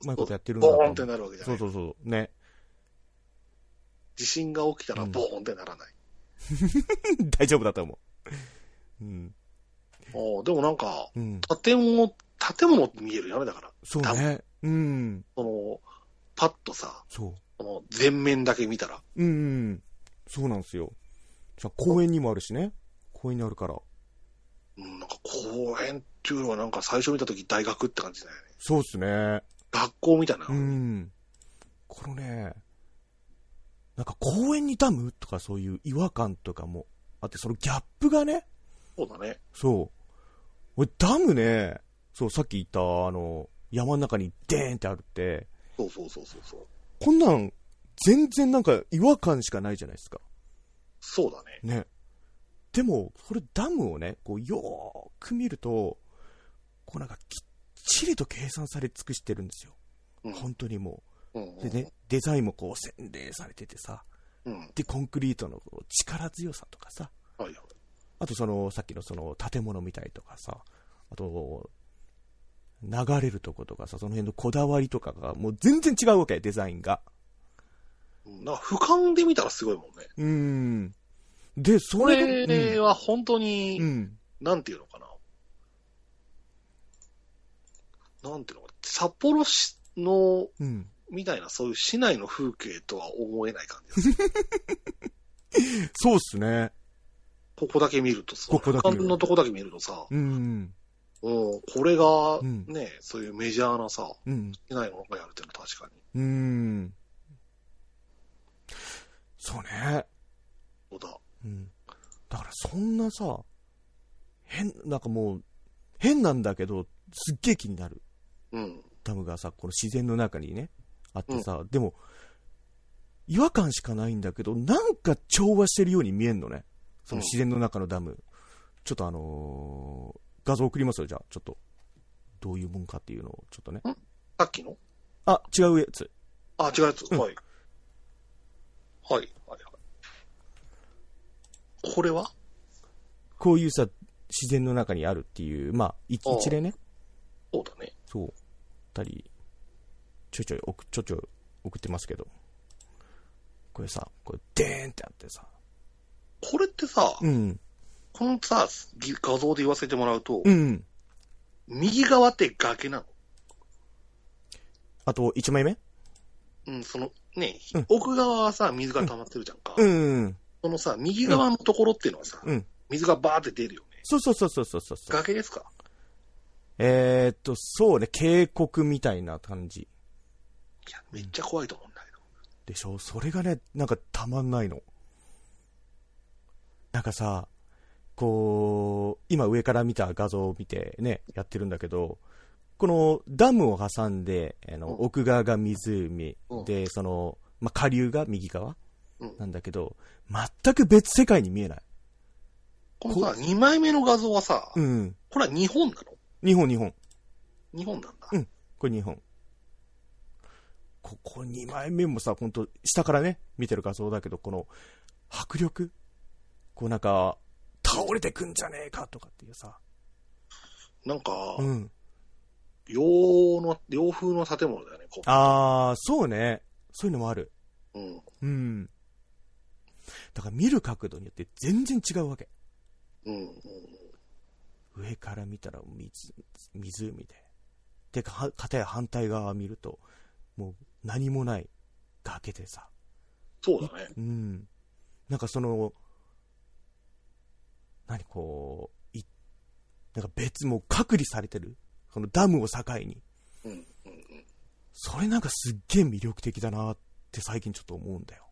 B: うまいことやってるんだと
A: ボ
B: 思
A: ーン
B: う
A: ってなるわけじゃな
B: そ。
A: いう
B: そうそう。ね。 *laughs*
A: 地震が起きたら
B: うん
A: ボーンってならない。
B: 大丈夫だと思う。うん。
A: おーでもなんか、
B: うん。
A: 建物、建物って見えるよね、だから。
B: そうね。うん。
A: その、パッとさ、
B: そ
A: この全面だけ見たら。
B: う。うん。そうなんですよ。じゃあ公園にもあるしね。公園にあるから。
A: うん、なんか公園っていうのはなんか最初見た時大学って感じだよね。
B: そうっすね。
A: 学校みたいな。
B: うん。このね、なんか公園にダムとかそういう違和感とかもあって、そのギャップがね、
A: そうだね。
B: そう。俺、ダムね、そう、さっき言った、あの、山の中にデーンってあるって、
A: そうそうそうそうそう。
B: こんなん、全然なんか違和感しかないじゃないですか。
A: そうだね。
B: ね。でも、これダムをね、こう、よーく見ると、こうなんかきっちりと計算され尽くしてるんですよ。
A: うん
B: 本当にも
A: うん
B: う。でね、デザインもこう洗礼されててさ、
A: うん。
B: で、コンクリートのこう力強さとかさ、
A: はいはい。
B: あとその、さっきのその建物みたいとかさ、あと、流れるとことかさ、その辺のこだわりとかが、もう全然違うわけ、デザインが。
A: うんなんか俯瞰で見たらすごいもんね。
B: うん。で、そ
A: こ
B: れが
A: れは本当
B: う
A: に、
B: んうん。
A: なんていうのかな。なんていうのかな。札幌市の、
B: うん。
A: みたいな、そういう市内の風景とは思えない感じです。
B: そうっすね。
A: ここだけ見るとさ、
B: ここだけ見る
A: 俯瞰のとこだけ見るとさ、
B: うん。
A: うん、これが
B: うん
A: ね、そういうメジャーなさ、
B: うん。
A: 市内の中やるっていうのは確かに。
B: うん。そうね。
A: そうだ。
B: うん。だからそんなさ、変、なんかもう、変なんだけど、すっげえ気になる。
A: うん。
B: ダムがさ、この自然の中にね、あってさ、でも、違和感しかないんだけど、なんか調和してるように見えんのね。その自然の中のダム。ちょっとあのー画像送りますよ、じゃあ、ちょっと。どういうもんかっていうのを、ちょっとね。
A: さっきの
B: あ、違うやつ。
A: あ、違うやつ。
B: うん
A: はい。はい、はい、はい。これは
B: こういうさ、自然の中にあるっていう、まあ、一
A: ああ
B: 一例ね。
A: そうだね。
B: そう。たり、ちょいちょい送、ちょいちょい送ってますけど。これさ、これ、でーんってあってさ。
A: これってさ、
B: うん。
A: このさ、ぎ画像で言わせてもらうと、
B: うん。
A: 右側って崖なの。
B: あと、一枚目
A: うん、そのね、
B: うん
A: 奥側はさ、水が溜まってるじゃんか。
B: うん。
A: そのさ、右側のところっていうのはさ、
B: うん。
A: 水がバーって出るよね。
B: そうそうそうそうそうそう。
A: 崖ですか
B: えー、っと、そうね、渓谷みたいな感じ
A: いや、めっちゃ怖いと思うんだけど。
B: でしょそれがね、なんかたまんないの。なんかさ、こう、今上から見た画像を見てね、やってるんだけど、このダムを挟んで、あの
A: うん
B: 奥側が湖
A: うん
B: で、その、まあ、下流が右側
A: うん
B: なんだけど、全く別世界に見えない。
A: このさ、2枚目の画像はさ、
B: うん。
A: これは日本なの
B: 日本日本。
A: 日本なんだ。
B: うんこれ2本。ここ2枚目もさ、本当下からね、見てる画像だけど、この、迫力こうなんか、倒れてくんじゃねえかとかっていうさ。
A: なんか、
B: うん。
A: 洋の、洋風の建物だよね、こ
B: あー、そうね。そういうのもある。
A: う。うん。
B: うん。だから見る角度によって全然違うわけ。
A: うん、うん。
B: 上から見たら水、湖で。てか、は片や反対側見ると、もう何もない崖でさ。
A: そうだね。
B: うん。なんかその、何こう、いなんか別、もう隔離されてる。このダムを境に。
A: うんうんうん。
B: それなんかすっげえ魅力的だなって最近ちょっと思うんだよ。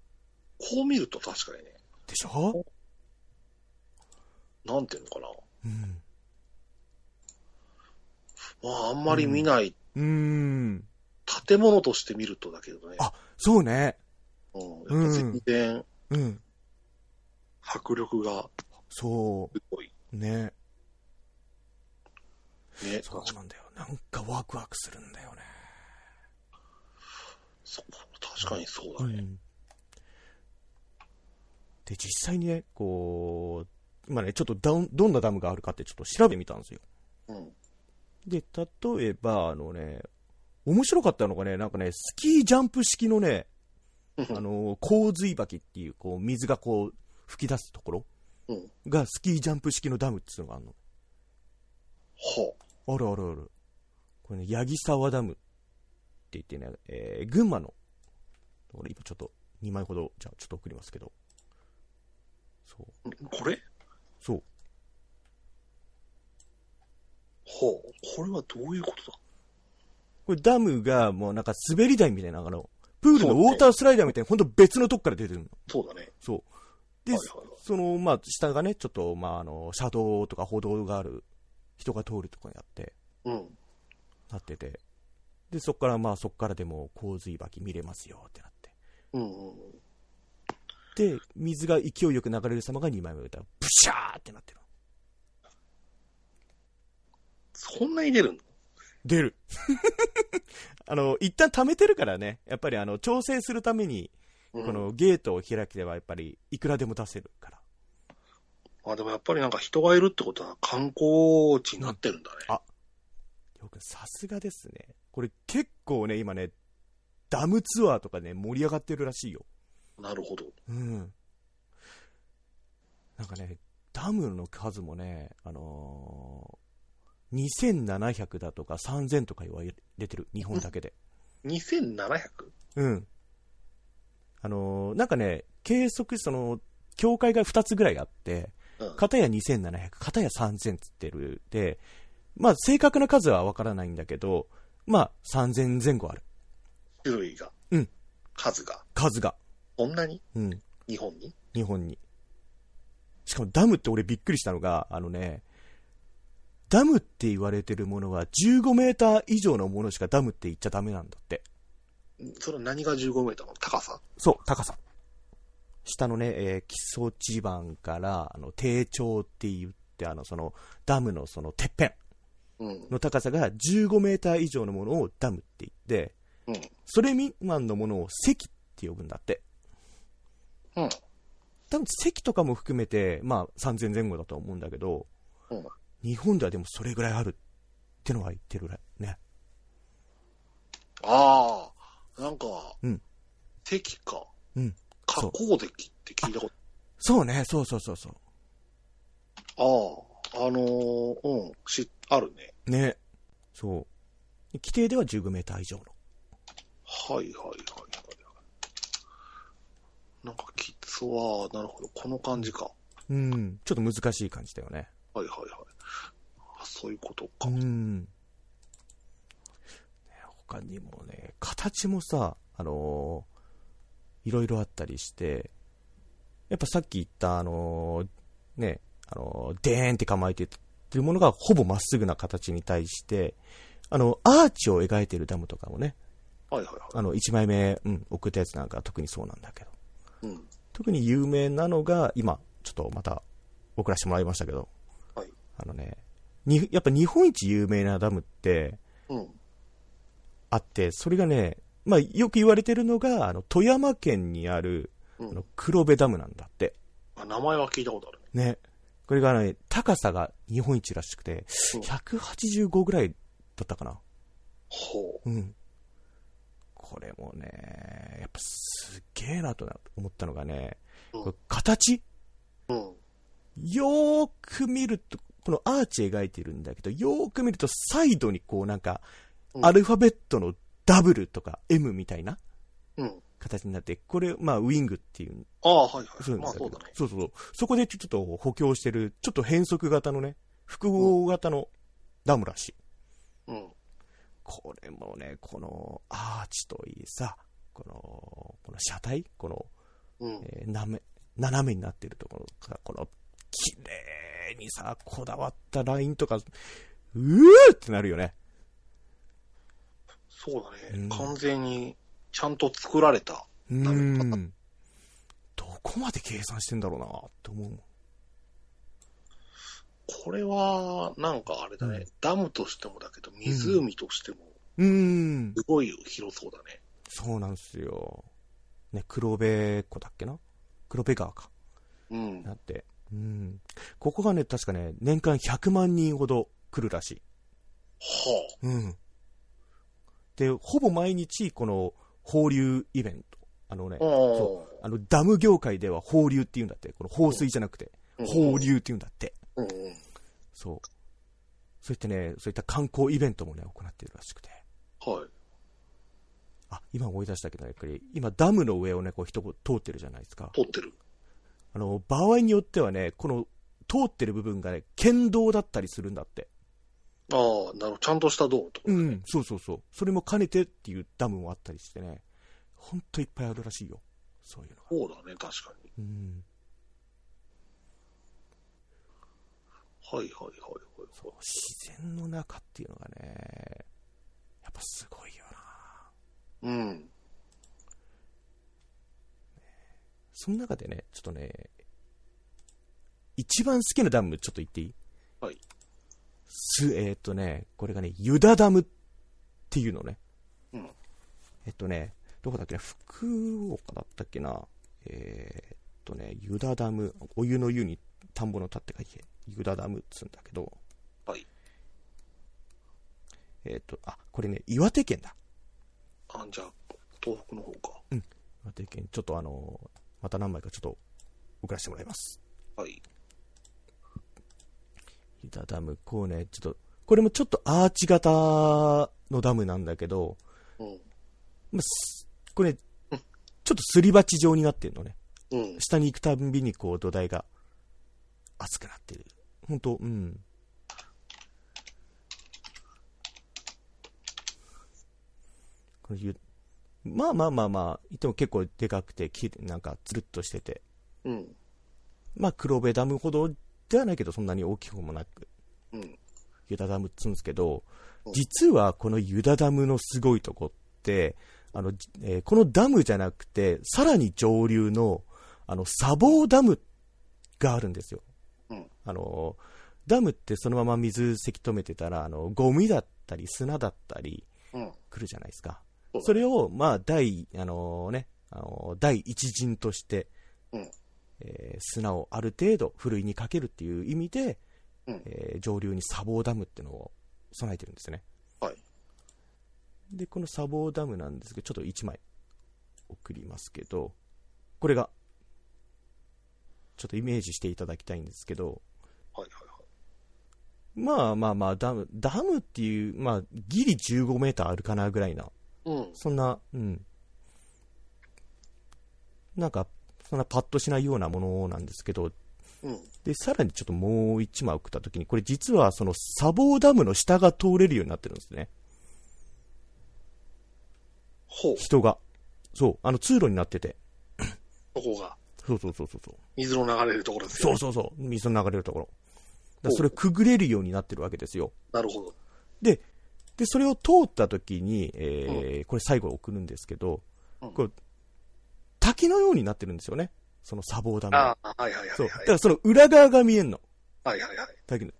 A: こう見ると確かにね、
B: でしょ
A: なんていうのかな。
B: うん。
A: まあ、あんまり見ない、
B: うーん。
A: 建物として見るとだけどね。
B: あそうね。
A: うん。やっぱ全然、
B: うん。
A: 迫力が
B: そ
A: すごい。
B: う。ね。
A: ね、確
B: そう
A: か
B: なんだよ。なんかワクワクするんだよね。
A: そう確かにそうだね。
B: うんで、実際にね、こう、今ね、ちょっとダウンどんなダムがあるかってちょっと調べてみたんですよ。
A: うん。
B: で、例えば、あのね、面白かったのがね、なんかね、スキージャンプ式のね、あの、洪水滝っていう、こう、水がこう、吹き出すところ
A: うん。
B: が、スキージャンプ式のダムっていうのがあるの。
A: ほ
B: あるあるある。これね、八木沢ダムって言ってね、えー、群馬の、これ今ちょっと2枚ほど、じゃあちょっと送りますけど。そう。
A: う。これ
B: そう。
A: ほう。これはどういうことだ
B: これダムがもうなんか滑り台みたいな、あの、プールのウォータースライダーみたいな、ほんと別のとこから出てるの。
A: そうだね。
B: そう。で、
A: はいはいはい
B: その、まあ、下がね、ちょっと、まあ、あの、車道とか歩道がある、人が通るとこにあって、
A: うん。
B: なってて。で、そっから、まあ、そっからでも洪水滝見れますよってなって。
A: うんうんうん。
B: で、水が勢いよく流れる様が2枚目を打ったら、ブシャーってなってる。
A: そんなに出るの
B: 出る。 *laughs* あの、一旦溜めてるからね、やっぱりあの、調整するために、
A: うん
B: このゲートを開けばやっぱり、いくらでも出せるから。
A: あ、でもやっぱりなんか人がいるってことは観光地になってるんだね。
B: あよくさすがですね。これ結構ね、今ね、ダムツアーとかね、盛り上がってるらしいよ。
A: なるほど。
B: うん。なんかね、ダムの数もね、あのー2700だとか3000とか言われてる、日本だけで。
A: 2700?
B: うん。あのーなんかね、計測、その、境界が2つぐらいあって、
A: うん。
B: 片や2700、片や3000つってるで、まあ正確な数はわからないんだけど、まあ3000前後ある。
A: 種類が。
B: うん
A: 数が。
B: 数が。
A: こんなに
B: うん。
A: 日本に
B: 日本に。しかもダムって俺びっくりしたのが、あのね、ダムって言われてるものは15メーター以上のものしかダムって言っちゃダメなんだって。
A: んそれは何が15メーターの高さ
B: そう、高さ。下のね、えー基礎地盤から、あの、低調って言って、あの、その、ダムのその、てっぺん
A: うん。
B: の高さが15メーター以上のものをダムって言って、
A: うん。
B: それ未満のものを堰って呼ぶんだって。
A: うん。
B: 多分堰とかも含めて、まあ、3000前後だと思うんだけど、
A: うん
B: 日本ではでもそれぐらいあるってのは言ってるぐらいね。
A: ああ、なんか、
B: うん
A: 敵か。
B: うん。
A: 加
B: そう
A: 工敵って聞いたこ
B: そうね、そうそうそうそ
A: と。ああ、あのーうん、し、あるね。
B: う。ね。そう。規定では15メーター以上の。
A: はいはいはいはいはい。なんか、キッズは、なるほど、この感じか。
B: うん。ちょっと難しい感じだよね。
A: はいはいはい。あそういうことか。
B: うん。ね他にもね、形もさ、あのーいろいろあったりして、やっぱさっき言った、あのーね、あのーでーんって構えてるものがほぼまっすぐな形に対して、あの、アーチを描いてるダムとかもね、
A: はいはいは
B: あの、1枚目、うん、送ったやつなんか特にそうなんだけど、
A: い。うん。
B: 特に有名なのが、今、ちょっとまた送らせてもらいましたけど、
A: はい。
B: あのね、に、やっぱ日本一有名なダムって、
A: うん。
B: あって、それがね、まあ、よく言われてるのが、あの、富山県にある、
A: うん
B: あの、黒部ダムなんだって。
A: あ名前は聞いたことあるね。
B: ね。これがね、高さが日本一らしくて、
A: うん
B: 185ぐらいだったかな。
A: ほう。
B: うん。これもね、やっぱすげえなとな思ったのがね、
A: うん
B: これ形
A: うん。
B: よーく見ると、このアーチ描いてるんだけど、よーく見るとサイドにこうなんか、
A: うん
B: アルファベットの W とか M みたいな
A: うん。
B: 形になって、これ、まあ、ウィングっていう、
A: ああ、はいはい。
B: そうな
A: まあ
B: んだ
A: そ
B: けど、
A: うだね。
B: そうそうそう。そこでちょっと補強してる、ちょっと変則型のね、複合型のダムらしい。
A: うん。
B: これもね、このアーチといいさ、この、この車体、この、
A: うん。
B: えーなめ斜めになってるところとか、この、綺麗にさ、こだわったラインとか、うーってなるよね。
A: そうだ
B: うん
A: ね。完全に、ちゃんと作られた。
B: う
A: なる
B: ー
A: ほど
B: ん。どこまで計算してんだろうなって思うもん。
A: これは、なんかあれだね、
B: うんダ
A: ダムとしてもだけど、湖としても、
B: うーん。
A: すごい広そうだね。
B: そうなんですよ。ね、黒部湖だっけな黒部川か。
A: うん。
B: なって。うん。ここがね、確かね、年間100万人ほど来るらしい。
A: は
B: うん。で、ほぼ毎日、この、放流イベント。あのね
A: あ。、そ
B: あの、ダム業界では放流って言うんだって。この放水じゃなくて、
A: うん
B: 放流って言うんだって。
A: うんうん。
B: そう。そういったね、そういった観光イベントもね、行っているらしくて。
A: はい。
B: あ、今思い出したけど、やっぱり、今ダムの上をね、こう人通ってるじゃないですか。
A: 撮ってる。
B: あの、場合によってはね、この、通ってる部分がね、県道だったりするんだって。
A: ああ、なるほど。ちゃんとした道路と。
B: うん、そうそうそう。それも兼ねてっていうダムもあったりしてね、ほんといっぱいあるらしいよ。そういうのが。
A: そうだね、確かに。
B: うん。
A: はいはいはいはい。
B: そう、自然の中っていうのがね、やっぱすごいよな。
A: うん。
B: その中でね、ちょっとね、一番好きなダム、ちょっと言っていい
A: はい。
B: す、えーっ、とね、これがね、ユダダムっていうのね。
A: うん。
B: えっとね、どこだっけな、福岡だったっけな、えーっとね、ユダダム、お湯の湯に田んぼの田って書いて、ユダダムっつうんだけど、
A: はい。
B: えーっと、あ、これね、岩手県だ。
A: あ、じゃあ、東北の方か。
B: 岩手県、ちょっとあの、また何枚かちょっと送らせてもらいます。
A: はい。
B: ユダダム、こうね、ちょっと、これもちょっとアーチ型のダムなんだけど、
A: うん。
B: まあすこれ、ちょっとすり鉢状になってるのね。
A: うん。
B: 下に行くたんびにこう土台が熱くなってる。本当うん。これゆまあまあまあまあ、言っても結構でかくて、きなんかつるっとしてて、
A: うん。
B: まあ黒部ダムほどではないけど、そんなに大きくもなく、
A: うん。
B: ユダダムっつうんですけど
A: う、ん
B: 実はこのユダダムのすごいとこって、あの、じえーこのダムじゃなくて、さらに上流の、あの、砂防ダムがあるんですよ。
A: うん
B: あの、ダムってそのまま水せき止めてたら、あの、ゴミだったり砂だったり
A: うん。
B: 来るじゃないですか。
A: そう
B: それを、まあ、第、あのね、あの第一陣として、
A: うん
B: えー砂をある程度、ふるいにかけるっていう意味で、
A: うん
B: えー上流に砂防ダムっていうのを備えてるんですね。
A: はい。
B: で、この砂防ダムなんですけど、ちょっと1枚送りますけど、これが、ちょっとイメージしていただきたいんですけど、
A: はいはいはい。
B: まあまあまあ、ダム、ダムっていう、まあ、ギリ15メーターあるかなぐらいな
A: うん。
B: そんな、うん。なんか、そんなパッとしないようなものなんですけど、
A: うん。
B: で、さらにちょっともう一枚送ったときに、これ実はその砂防ダムの下が通れるようになってるんですね。
A: ほう、
B: 人が。そう、あの通路になってて。
A: そこが、
B: そうそうそうそうそう。
A: 水の流れるところですよ。
B: そうそうそう。水の流れるところ。だから
A: ほう
B: それをくぐれるようになってるわけですよ。
A: なるほど。
B: で、で、それを通ったときに、えー、これ最後送るんですけど、
A: うん
B: こう、滝のようになってるんですよね。その砂防ダムが
A: あ。あ、はいはいはい
B: そう。
A: は
B: だ
A: い
B: か。らその裏側が見えんの。
A: はいはいはい。
B: だけど、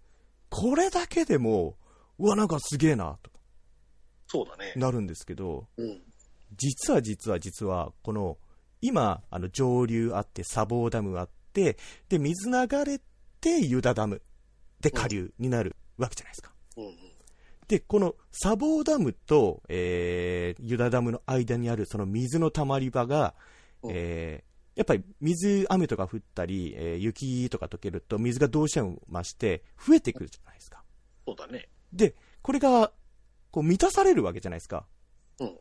B: これだけでも、うわ、なんかすげえな、と
A: そうだね。
B: なるんですけど、
A: うん。
B: 実は実は実は、この、今、あの、上流あって、砂防ダムあって、で、水流れて、ユダダム。で、下流になるわけじゃないですか。
A: うんうん。
B: で、この砂防ダムと、えー、ユダダムの間にあるその水の溜まり場が、
A: うん
B: えー、やっぱり水、雨とか降ったり、えー雪とか溶けると水がどうしても増して増えてくるじゃないですか。
A: そうだね。
B: で、これが、こう満たされるわけじゃないですか。
A: うん。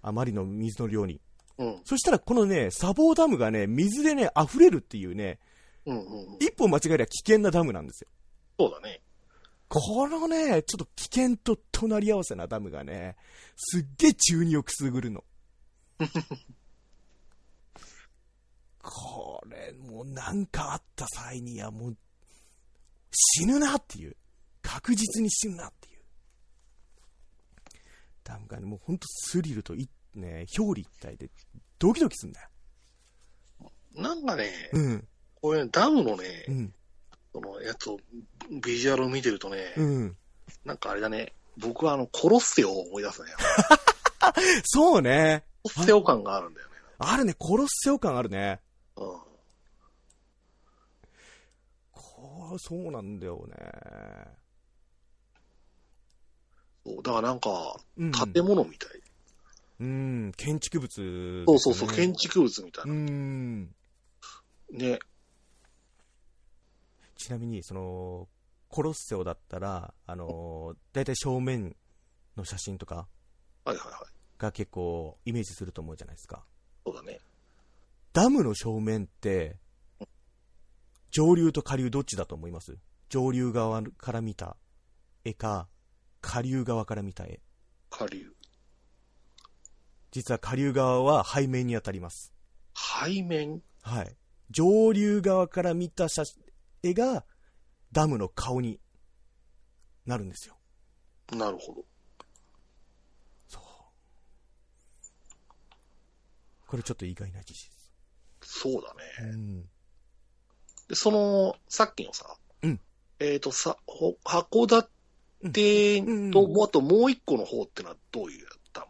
B: あまりの水の量に。
A: うん。
B: そしたらこのね、砂防ダムがね、水でね、溢れるっていうね、
A: うんうんうん。
B: 一歩間違えりゃ危険なダムなんですよ。
A: そうだね。
B: このね、ちょっと危険と隣り合わせなダムがね、すっげえ中二をくすぐるの。これ、もうなんかあった際にはもう、死ぬなっていう。確実に死ぬなっていう。ダムがね、もうほんとスリルとい、ね、表裏一体で、ドキドキすんだよ。
A: なんかね、
B: うん、
A: こういうダムのね
B: う、ん、
A: そのやつを、ビジュアルを見てるとね、
B: うん。
A: なんかあれだね、僕はあの、コロッセオを思い出すね。
B: そうね。
A: コロッセオ感があるんだよね。
B: あるね、殺せよ感あるね。
A: うん。
B: こう、そうなんだよね。
A: そうだからなんか、
B: うん、
A: 建物みたい。
B: うん、建築物ですね、
A: そうそうそう、建築物みたいうな。
B: ん。
A: ね。
B: ちなみに、その、コロッセオだったら、あのー、大体正面の写真とか
A: はいはいはい。
B: が結構イメージすると思うじゃないですか。
A: そうだね。
B: ダムの正面って、上流と下流どっちだと思います上流側から見た絵か、下流側から見た絵。
A: 下流。
B: 実は下流側は背面に当たります。
A: 背面
B: はい。上流側から見た写絵が、ダムの顔になるんですよ。
A: なるほど。
B: そう。これちょっと意外な記事です。
A: そうだね。
B: うん。
A: で、その、さっきのさ、
B: うん
A: えっ、と、さ、ほ函館
B: うんうんうん
A: と、もあともう一個の方ってのはどういうダム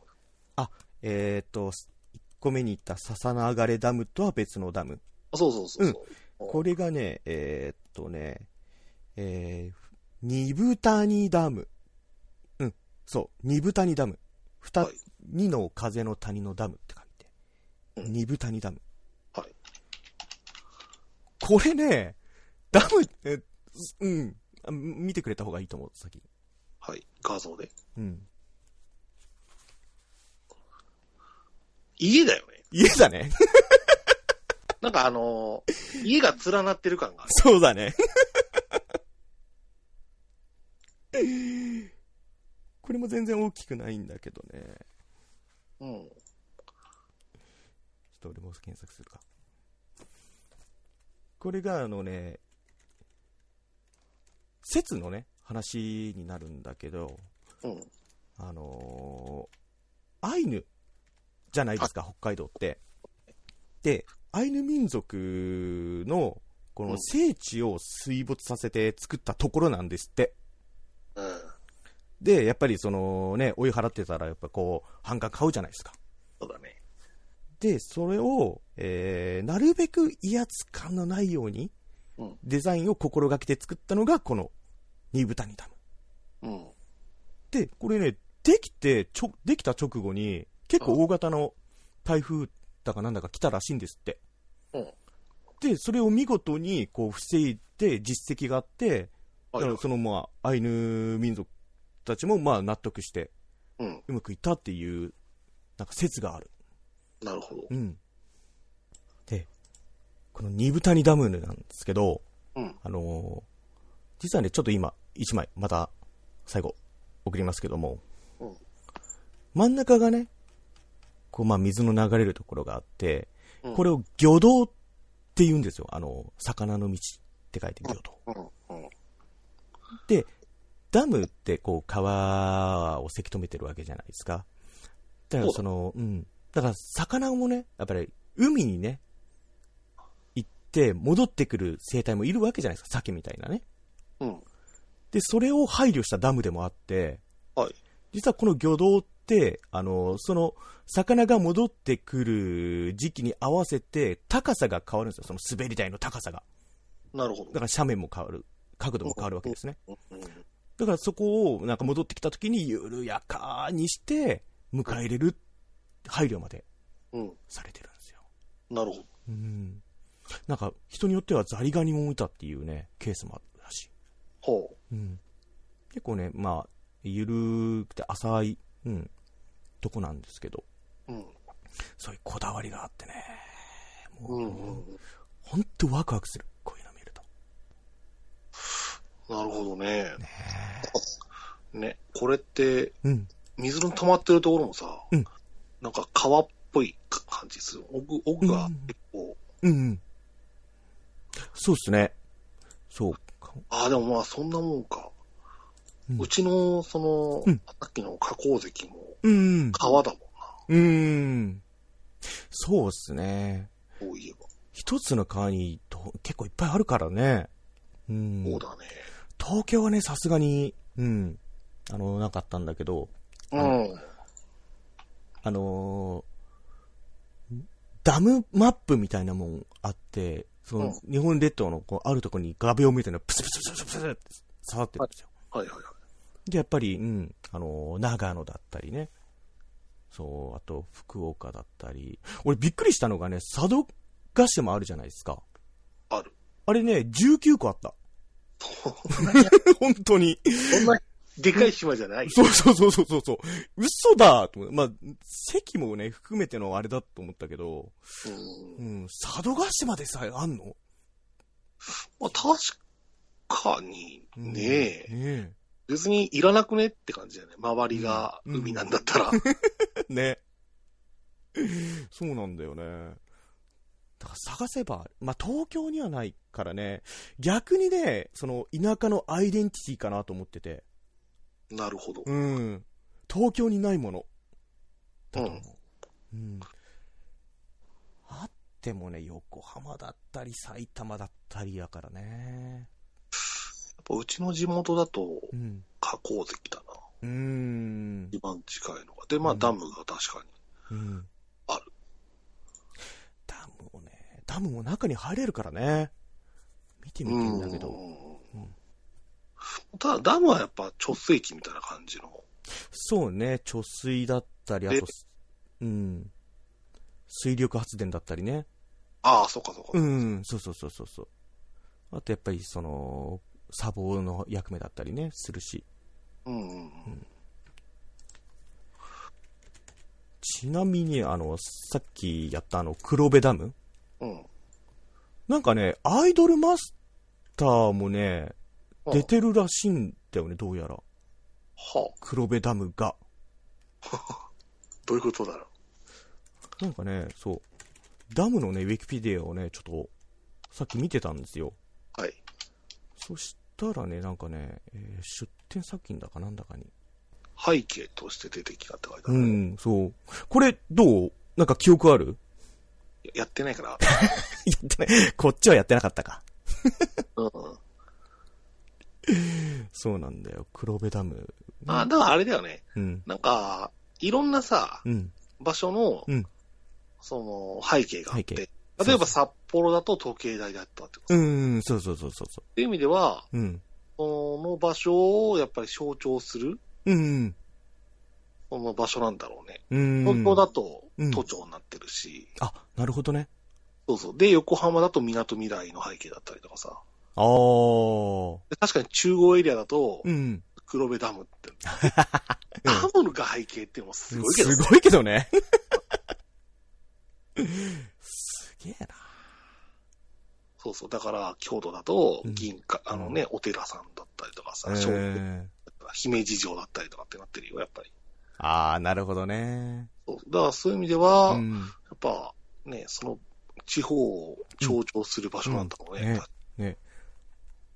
B: えっ、と、1個目に言った笹の上がれダムとは別のダム。
A: あそうそうそうそう。
B: これがね、えっ、とね、えー、二ブ谷ダム。うん、そう、二ブ谷ダム。二、
A: はい
B: 二の風の谷のダムって書いて。
A: うん
B: 二ブ谷ダム。
A: はい。
B: これね、ダム、え、うん、あ見てくれた方がいいと思う、先に。
A: はい、画像で。
B: うん。
A: 家だよね。
B: 家だね。 *laughs*
A: なんかあのー家が連なってる感がある。
B: そうだね。 *laughs* これも全然大きくないんだけどね。
A: うん。
B: ちょっと俺も検索するか。これがあのね、説のね、話になるんだけど、
A: うん。
B: あのーアイヌじゃないですか、北海道って。で、アイヌ民族のこ
A: う
B: の
A: ん
B: 聖地を水没させて作ったところなんですって。
A: うん。
B: で、やっぱりそのね、追い払ってたら、やっぱこう、反感買うじゃないですか。
A: そうだね。
B: で、それを、えー、なるべく威圧感のないように
A: うん、
B: デザインを心がけて作ったのが、この、ニブタニダム。
A: うん。
B: で、これね、できて、ちょ、できた直後に、結構大型の台風だかなんだか来たらしいんですって。
A: うん
B: で、それを見事に、こう、防いで実績があって、だ
A: はい
B: からその、まあ、アイヌ民族たちも、まあ、納得して、
A: うん。
B: うまくいったっていう、なんか説がある。
A: なるほど。
B: うん。で、この二豚谷ダムなんですけど、
A: うん。
B: あのー実はね、ちょっと今、一枚、また、最後、送りますけども、
A: うん
B: 真ん中がね、こう、まあ、水の流れるところがあって、
A: うん
B: これを魚道って言うんですよ。あの、魚の道って書いて魚道。
A: うん。うん。
B: で、ダムってこう川をせき止めてるわけじゃないですか。だからその、うん。だから魚もね、やっぱり海にね、行って戻ってくる生態もいるわけじゃないですか、鮭みたいなね。
A: うん。
B: で、それを配慮したダムでもあって、
A: はい。
B: 実はこの魚道って、あの、その、魚が戻ってくる時期に合わせて高さが変わるんですよ、その滑り台の高さが。
A: なるほ
B: だ
A: ど。
B: から斜面も変わる、角度も変わるわけですね。
A: うん。
B: だからそこをなんか戻ってきた時に緩やかにして迎え入れる配慮まで
A: うん。
B: されてるんですよ。
A: なるほど。
B: うん。なんか人によってはザリガニもいたっていうね、ケースもあるらしい。
A: ほ
B: うん。結構ね、まあ、ゆるくて浅い、うん、とこなんですけど、
A: う。うん。
B: そういうこだわりがあってね、も
A: う
B: う、
A: ん。うん
B: ほんとワクワクする、こういうの見ると。
A: なるほどね。
B: ね
A: ね、これって、
B: えうん。
A: 水の溜まってるところもさ、
B: うん
A: なんか川っぽい感じする。奥、奥が結構、
B: うんうん。そうっすね。そうか。
A: ああ、でもまあそんなもんか。
B: う
A: うんちの、その、
B: うん
A: さっきの加工石も
B: うん。
A: 川だもんな
B: うん。そうっすね。、
A: そういえば。
B: 一つの川にと結構いっぱいあるからね。うん。
A: そうだね。
B: 東京はね、さすがに、うん。あの、なかったんだけど、
A: うん。
B: あのーダムマップみたいなもんあって、その、日本列島のこうあるところに画鋲みたいなプスプスプスプスプスって刺さってるんですよ。
A: はいはいはい。
B: で、やっぱり、うん、あのー長野だったりね。そう、あと、福岡だったり。俺びっくりしたのがね、佐渡島もあるじゃないですか。
A: ある。
B: あれね、19個あ
A: *laughs*
B: った。本当に。
A: そんな、でかい島じゃない。
B: そうそうそうそうそうそう。嘘だと思ってまあ、席もね、含めてのあれだと思ったけど、
A: うん
B: うん、佐渡島でさえあんの
A: まあ、確かに
B: うん
A: ね、
B: ね
A: 別にいらなくねって感じだよね。周りが
B: うん
A: 海なんだった
B: *laughs*
A: ら。
B: え。ね。そうなんだよね。だから探せば、まあ、東京にはないからね、逆にね、その、田舎のアイデンティティかなと思ってて、
A: なるほど。
B: うん。東京にないもの。だと思う。うん。あってもね、横浜だったり、埼玉だったりやからね。
A: やっぱうちの地元だと、
B: うん。
A: 加工石だな。
B: うーん。
A: 一番近いのが。で、まあ、
B: うん
A: ダムが確かに。
B: うん。
A: ある。
B: ダムもね、ダムも中に入れるからね。見てみてんだけど。
A: うん
B: うん
A: ただ、ダムはやっぱ貯水池みたいな感じの。
B: そうね、貯水だったり、あ
A: で
B: と、うん。水力発電だったりね。
A: ああ、そっかそっか。
B: うん、そうそうそうそうそう。あとやっぱりその、砂防の役目だったりね、するし。
A: うんうんうん
B: ちなみに、あの、さっきやったあの、黒部ダム
A: うん。
B: なんかね、アイドルマスターもね、
A: うん
B: 出てるらしいんだよね、どうや
A: は
B: ら。
A: あ、
B: 黒部ダムが。
A: どういうことだろう。
B: なんかね、そう。ダムのね、ウィキペディアをね、ちょっと、さっき見てたんですよ。
A: はい。
B: そしたらね、なんかね、えー出展作品だかなんだかに。
A: 背景として出てきたって書いてあ
B: う
A: る、
B: ん、そう。これ、どうなんか記憶ある
A: ややってない
B: *laughs*
A: から。
B: やってない。こっちはやってなかったか。
A: うん。
B: そうなんだよ。黒部ダム。
A: まあ、だからあれだよね。
B: うん。
A: なんか、いろんなさ、
B: うん。
A: 場所の、
B: うん
A: その、背景があっ
B: 背景
A: て。例えば札幌だと時計台だったってこと。
B: う
A: っ
B: ん、そうそうそうそうそ
A: ていう意味では、
B: う。うん。
A: その場所をやっぱり象徴する、
B: うん。
A: その場所なんだろうね。
B: うん。
A: 東京だと
B: うん
A: 都庁になってるし、
B: あ、なるほどね。
A: そうそう。で、横浜だと港未来の背景だったりとかさ。
B: あー。
A: で確かに中央エリアだと
B: う、ん。
A: 黒部ダム
B: *laughs*
A: って。ダムが背景っていうのもすごいけどね、
B: すごいけど *laughs* ね。すげえな。
A: そうそう。だから、京都だと、
B: うん
A: 銀貨、あのね、お寺さんだったりとかさ、商店
B: えー、
A: とか姫路城だったりとかってなってるよ、やっぱり。
B: あー、なるほどね。
A: そうだからそういう意味では、
B: う
A: やっ
B: ん。
A: ぱね、その地方を象徴する場所なんだろうね。
B: うんうんねね。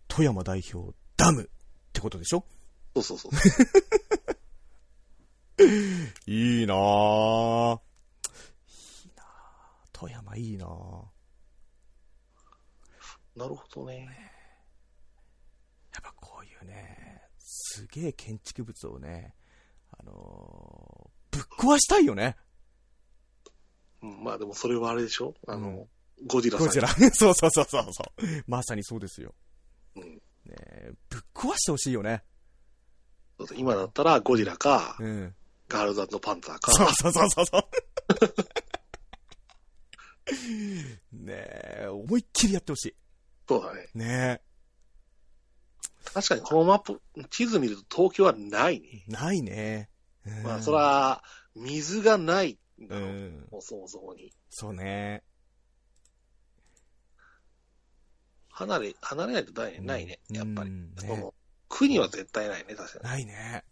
B: 富山代表、ダムってことでしょ
A: そうそうそう。
B: いいなぁ。いいなぁ。富山いいなぁ。
A: なるほどね。
B: やっぱこういうね、すげえ建築物をね、あのーぶっ壊したいよね。
A: うん、まあでもそれはあれでしょあ
B: うん
A: の、ゴジラさん。
B: ゴジラ。 *laughs* そうそうそうそうそう。まさにそうですよ。
A: うん
B: ねえぶっ壊してほしいよね。
A: そうそう今だったらゴジラか、
B: うん。
A: ガールズパンツァーか、
B: そうそうそうそう *laughs* そう。ねえ、思いっきりやってほし
A: そうだね。
B: い。ね
A: 確かにこのマップ、地図見ると東京はないね。
B: え、ないね。うん
A: まあそら、水がないんだ
B: う
A: ろう。
B: ん。
A: もうそもそもに。
B: そうね。
A: 離れ、離れないとないね、ないねやっぱり。
B: うんね
A: その国は絶対ないね、確かに。
B: ないね。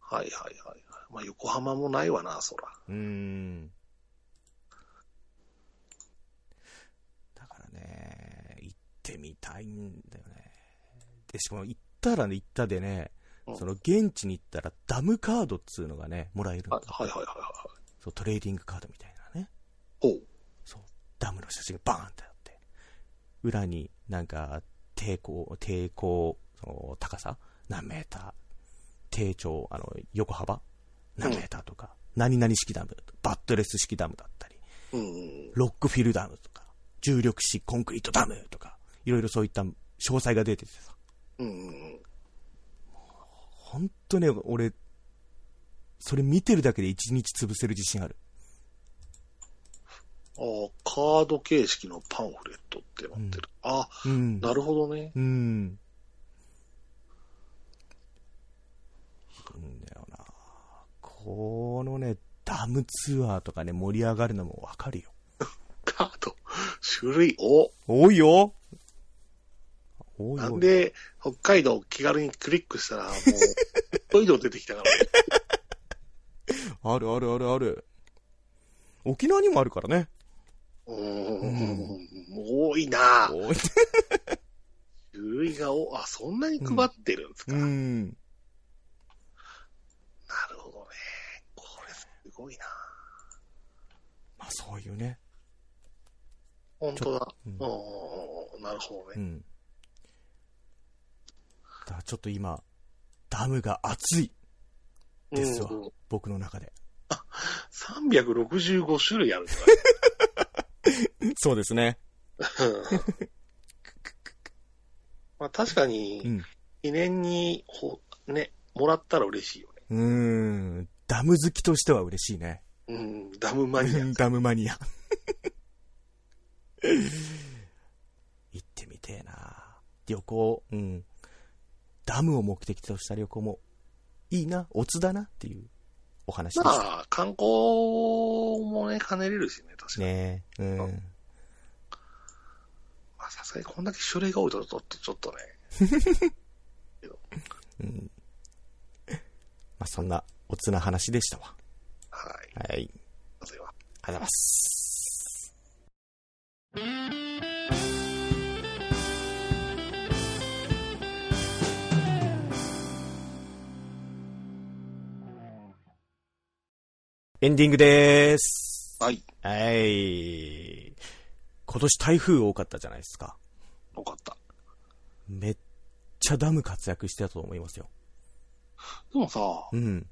A: はいはいはい。まあ、横浜もないわな、そら。
B: うん。だからね、行ってみたいんだよね。で、しかも行ったらね、行ったでね
A: う、ん
B: その現地に行ったらダムカードっつうのがね、もらえるんだ
A: はいはいはいはいはい。
B: そう、トレーディングカードみたいなね。
A: おう。
B: そう、ダムの写真がバーンってあって、裏になんか、抵抗、抵抗、その高さ何メーター低調、あの、横幅何メーターとか、何々式ダム、バットレス式ダムだったり、
A: うんうん。
B: ロックフィルダムとか、重力式コンクリートダムとか、いろいろそういった詳細が出ててさ、
A: うんうんうん。
B: 本当ね、俺、それ見てるだけで一日潰せる自信ある。
A: ああ、カード形式のパンフレットってなってる。あ、
B: うん。
A: なるほどね。
B: うん。いいんだよな。このね、ダムツアーとかね、盛り上がるのもわかるよ。
A: カード、種類、お、
B: 多いよ多い
A: なん
B: よ。
A: で、北海道気軽にクリックしたら、
B: *laughs*
A: もう、北海道出てきたから、ね、
B: あるあるあるある。沖縄にもあるからね。
A: うーん、多いな
B: 多い。
A: 種類がお、あ、そんなに配ってるんですか。
B: *laughs* う
A: なる
B: ん。
A: ほどね。これ、すごいな
B: まあそういうね。
A: 本当だ。
B: う
A: うんーん、なるほど
B: う
A: ね。
B: ん。だからちょっと今、ダムが熱い。ですわ
A: うんうん
B: 僕の中で。
A: 365種類あるん
B: *laughs*
A: だ
B: そうですね。
A: うんまあ確か
B: う
A: に、
B: ん。
A: 記念に、ほ、ね、もらったら嬉しいよね。
B: うーん。ダム好きとしては嬉しいね。
A: うん、ダムマニア。
B: ダムマニア。行ってみてえな。旅行、うん。ダムを目的とした旅行もいいな、オツだなっていうお話で
A: ま
B: し
A: あ、観光もね、兼ねれるしね、確
B: た。
A: かに。
B: ねえ。う。
A: うんまあ、さすがにこんだけ種類が多いと、ちょっと、ちょっとね。
B: うん。まあそんなオツな話でしたわ。
A: はい。
B: はい。
A: まずは。
B: ありがとうございます。エンディングです。
A: はい。
B: はい。今年台風多かったじゃないですか。
A: よかった。
B: めっちゃダム活躍してたと思いますよ。
A: でもさ、
B: うん。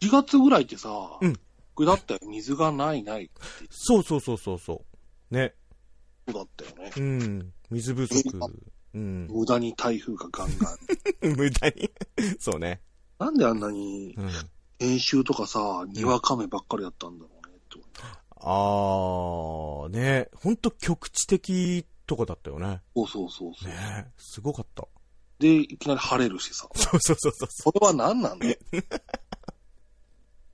A: 4月ぐらいってさ、
B: うん
A: 下ったよ。水がないないって
B: そうそうそうそうそう。ね。
A: ことだったよね。
B: うん。水不足。うん。 *laughs*
A: 無駄に台風がガンガン。
B: 無駄に。そうね。
A: なんであんなに
B: うん。
A: 演習とかさ、にわかめばっかりだったんだろうね、って思う
B: あー、ね、ほんと局地的とかだったよね。
A: そうそうそうそう。
B: ねすごかった。
A: で、いきなり晴れるしさ。
B: そうそうそう
A: そ
B: そ
A: れは何なんだよ。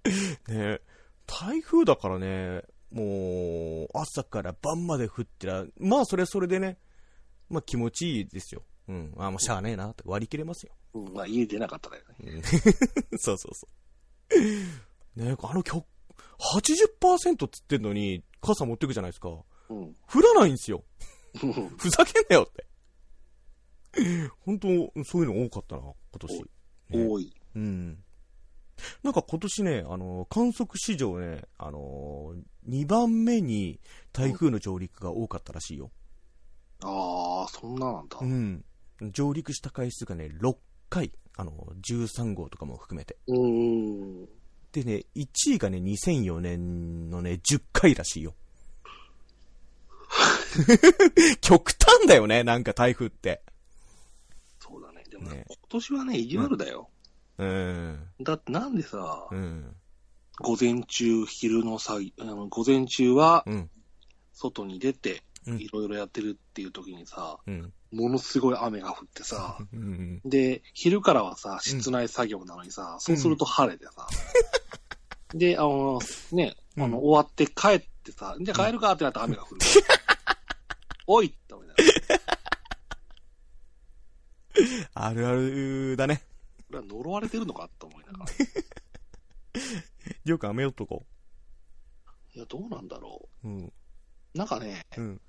B: う。ね台風だからね、もう、朝から晩まで降ってら、まあそれはそれでね、まあ気持ちいいですよ。うん。あもうしゃあねえな、って割り切れますよ。 *laughs*
A: うん、まあ家出なかったらね。
B: うんそうそうそう。ねあの局、80%っつってんのに、傘持ってくじゃないですか。
A: うん。
B: 降らないんですよ。
A: うん
B: ふざけんなよって。本当、そういうの多かったな、今年。
A: *laughs*
B: ね
A: 多い。
B: うん。なんか今年ね、あの、観測史上ね、あの、2番目に台風の上陸が多かったらしいよ。
A: ああ、そんななんだ。
B: う
A: うん
B: ん。上陸した回数がね、6回。あの、13号とかも含めて。。
A: うん
B: でね、1位がね、2004年のね、10回らしいよ。 *laughs* 極端だよね、なんか台風って。
A: そうだね。でも、
B: ね
A: 今年はね、意地悪だよ。
B: うん。
A: だってなんでさ、
B: うん。
A: 午前中、昼の作業あの午前中は
B: うん。
A: 外に出て、
B: うん
A: いろいろやってるっていう時にさ、
B: うん。
A: ものすごい雨が降ってさ、
B: うん
A: で、昼からはさ、室内作業なのにさ、そうすると晴れてさ、で、あの、ね、あ
B: うん *laughs*
A: の、終わって帰ってさ、じゃあ帰るかってなったら雨が降る。おいって思いなな。
B: あるあるだね。
A: 俺は呪われてるのかと思いながら。
B: りょうくん、雨男。
A: いや、どうなんだろ
B: うん。
A: う。なんかね、
B: うん。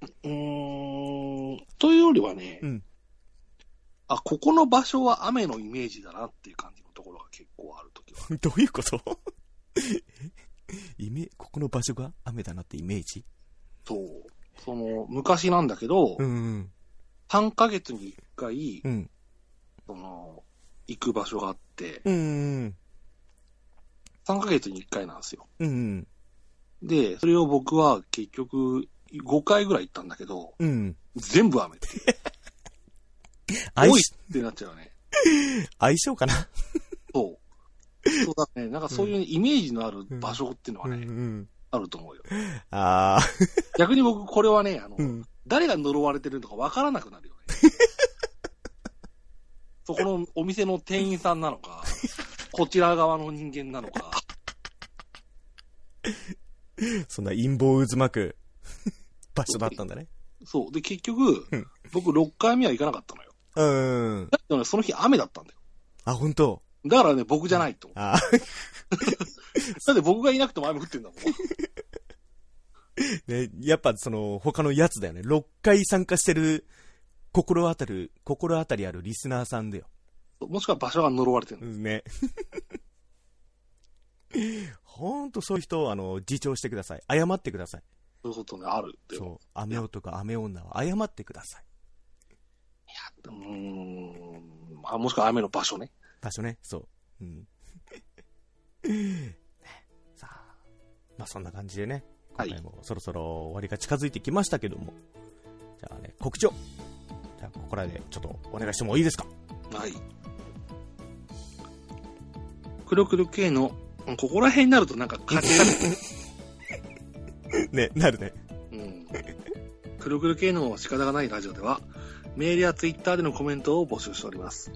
A: うーん、というよりはね、
B: うん
A: あ、ここの場所は雨のイメージだなっていう感じのところが結構あるときは。
B: *laughs* どういうことイメここの場所が雨だなってイメージ
A: そう。その、昔なんだけど、
B: うんうん。
A: 3ヶ月に1回、
B: うん。
A: その、行く場所があって、
B: うんうん。
A: 3ヶ月に1回なんですよ。
B: うんうん。
A: で、それを僕は結局、5回ぐらい行ったんだけど、
B: うん。
A: 全部雨っていう。
B: 相
A: おい
B: 性
A: ってなっちゃうね。
B: 相性かな
A: そう。そうだね。なんかそういうイメージのある場所っていうのは
B: うん
A: ね、
B: うん。
A: あると思うよ。
B: ああ。
A: 逆に僕、これはね、あの、
B: うん。
A: 誰が呪われてるのかわからなくなるよね。
B: *laughs*
A: そこのお店の店員さんなのか、こちら側の人間なのか、
B: そんな陰謀渦巻く *laughs* 場所だったんだね。
A: そう。で、結局
B: うん、
A: 僕6回目は行かなかったのよ。
B: うん。
A: だけどね、その日雨だったんだよ。
B: あ、本当
A: だからね、僕じゃないと思
B: あ
A: う。だって僕がいなくても雨降ってんだもん。
B: ね、やっぱその、他のやつだよね。6回参加してる、心当たる、心当たりあるリスナーさんだよ。 *laughs*
A: もしくは場所が呪われてるの。
B: ね。 *laughs* ほんとそういう人を、あの、自重してください。謝ってください。
A: そういうことね、あるって。
B: そう。雨男、雨女は謝ってください。
A: うーん。あもしくは雨の場所ね。
B: 場所ね、そう。うん。 *laughs* さあ、まあそんな感じでね、
A: はい
B: 今回もそろそろ終わりが近づいてきましたけども、じゃあね、告知を、じゃあここらでちょっとお願いしてもいいですか *laughs*
A: はい。くるくる系の、ここら辺になるとなん
B: *laughs*
A: か感じが
B: ね、なるね。
A: うん。くるくる系の仕方がないラジオでは、メールやツイッターでのコメントを募集しております。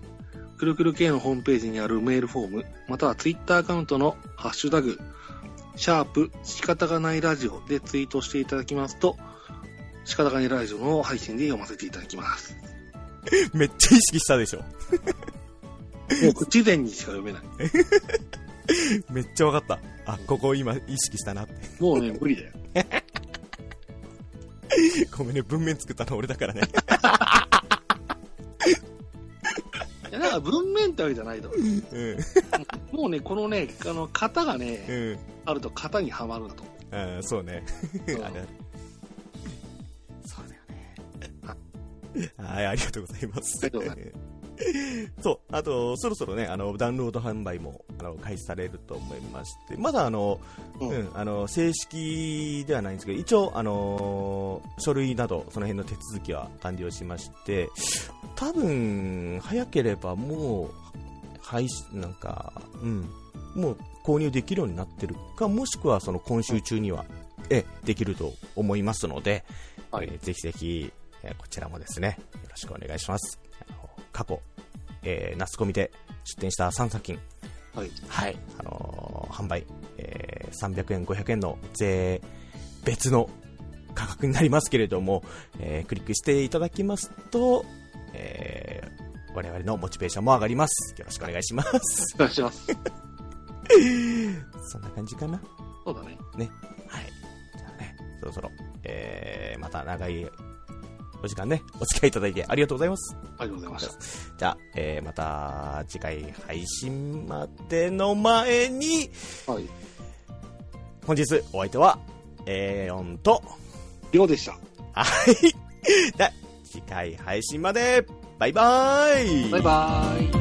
A: くるくる系のホームページにあるメールフォーム、またはツイッターアカウントのハッシュタグ、シャープ、仕方がないラジオでツイートしていただきますと、仕方がないラジオの配信で読ませていただきます。
B: めっちゃ意識したでしょ。
A: もう口前にしか読めない。
B: めっちゃわかった。あ、ここ今意識したなって。
A: もうね、無理だよ。
B: ごめんね、文面作ったの俺だからね。
A: いや、なんか文面ってわけじゃないと思
B: うん。
A: う。もうね、このね、あの、型がね、
B: うん。
A: あると型にはまるんだと思う。
B: あーそうね。
A: うん
B: あるある。そうだよね。はい、 *laughs* ありがとうございます。
A: ありがとうござ
B: そう、あと、そろそろね、あの、ダウンロード販売も、あの、開始されると思いまして、まだあの、
A: うん
B: うん、あの、正式ではないんですけど、一応、あの、書類など、その辺の手続きは完了しまして、多分、早ければもう、配信、なんか、うん、もう購入できるようになってるか、もしくはその今週中には、ええ、できると思いますので、
A: はい
B: えーぜひぜひ、えーこちらもですね、よろしくお願いします。あの過去、えー、夏コミで出展した3作品、
A: はい。
B: はい、あのー販売、えー300円、500円の税別の価格になりますけれども、えークリックしていただきますと、えー我々のモチベーションも上がります。よろしくお願いします。 *laughs*
A: お願いします。
B: そんな感じかな。
A: そうだね。
B: はい。じゃあね、そろそろ、えー、また長いお時間ね、お付き合いいただいてありがとうございます。
A: ありがとうございました。
B: じゃあ、えー、また次回配信までの前に、
A: はい。
B: 本日お相手は、えー、オンと、
A: りょうでした。
B: *laughs* はい。じゃあ次回配信まで、バイバイ
A: バイバーイ。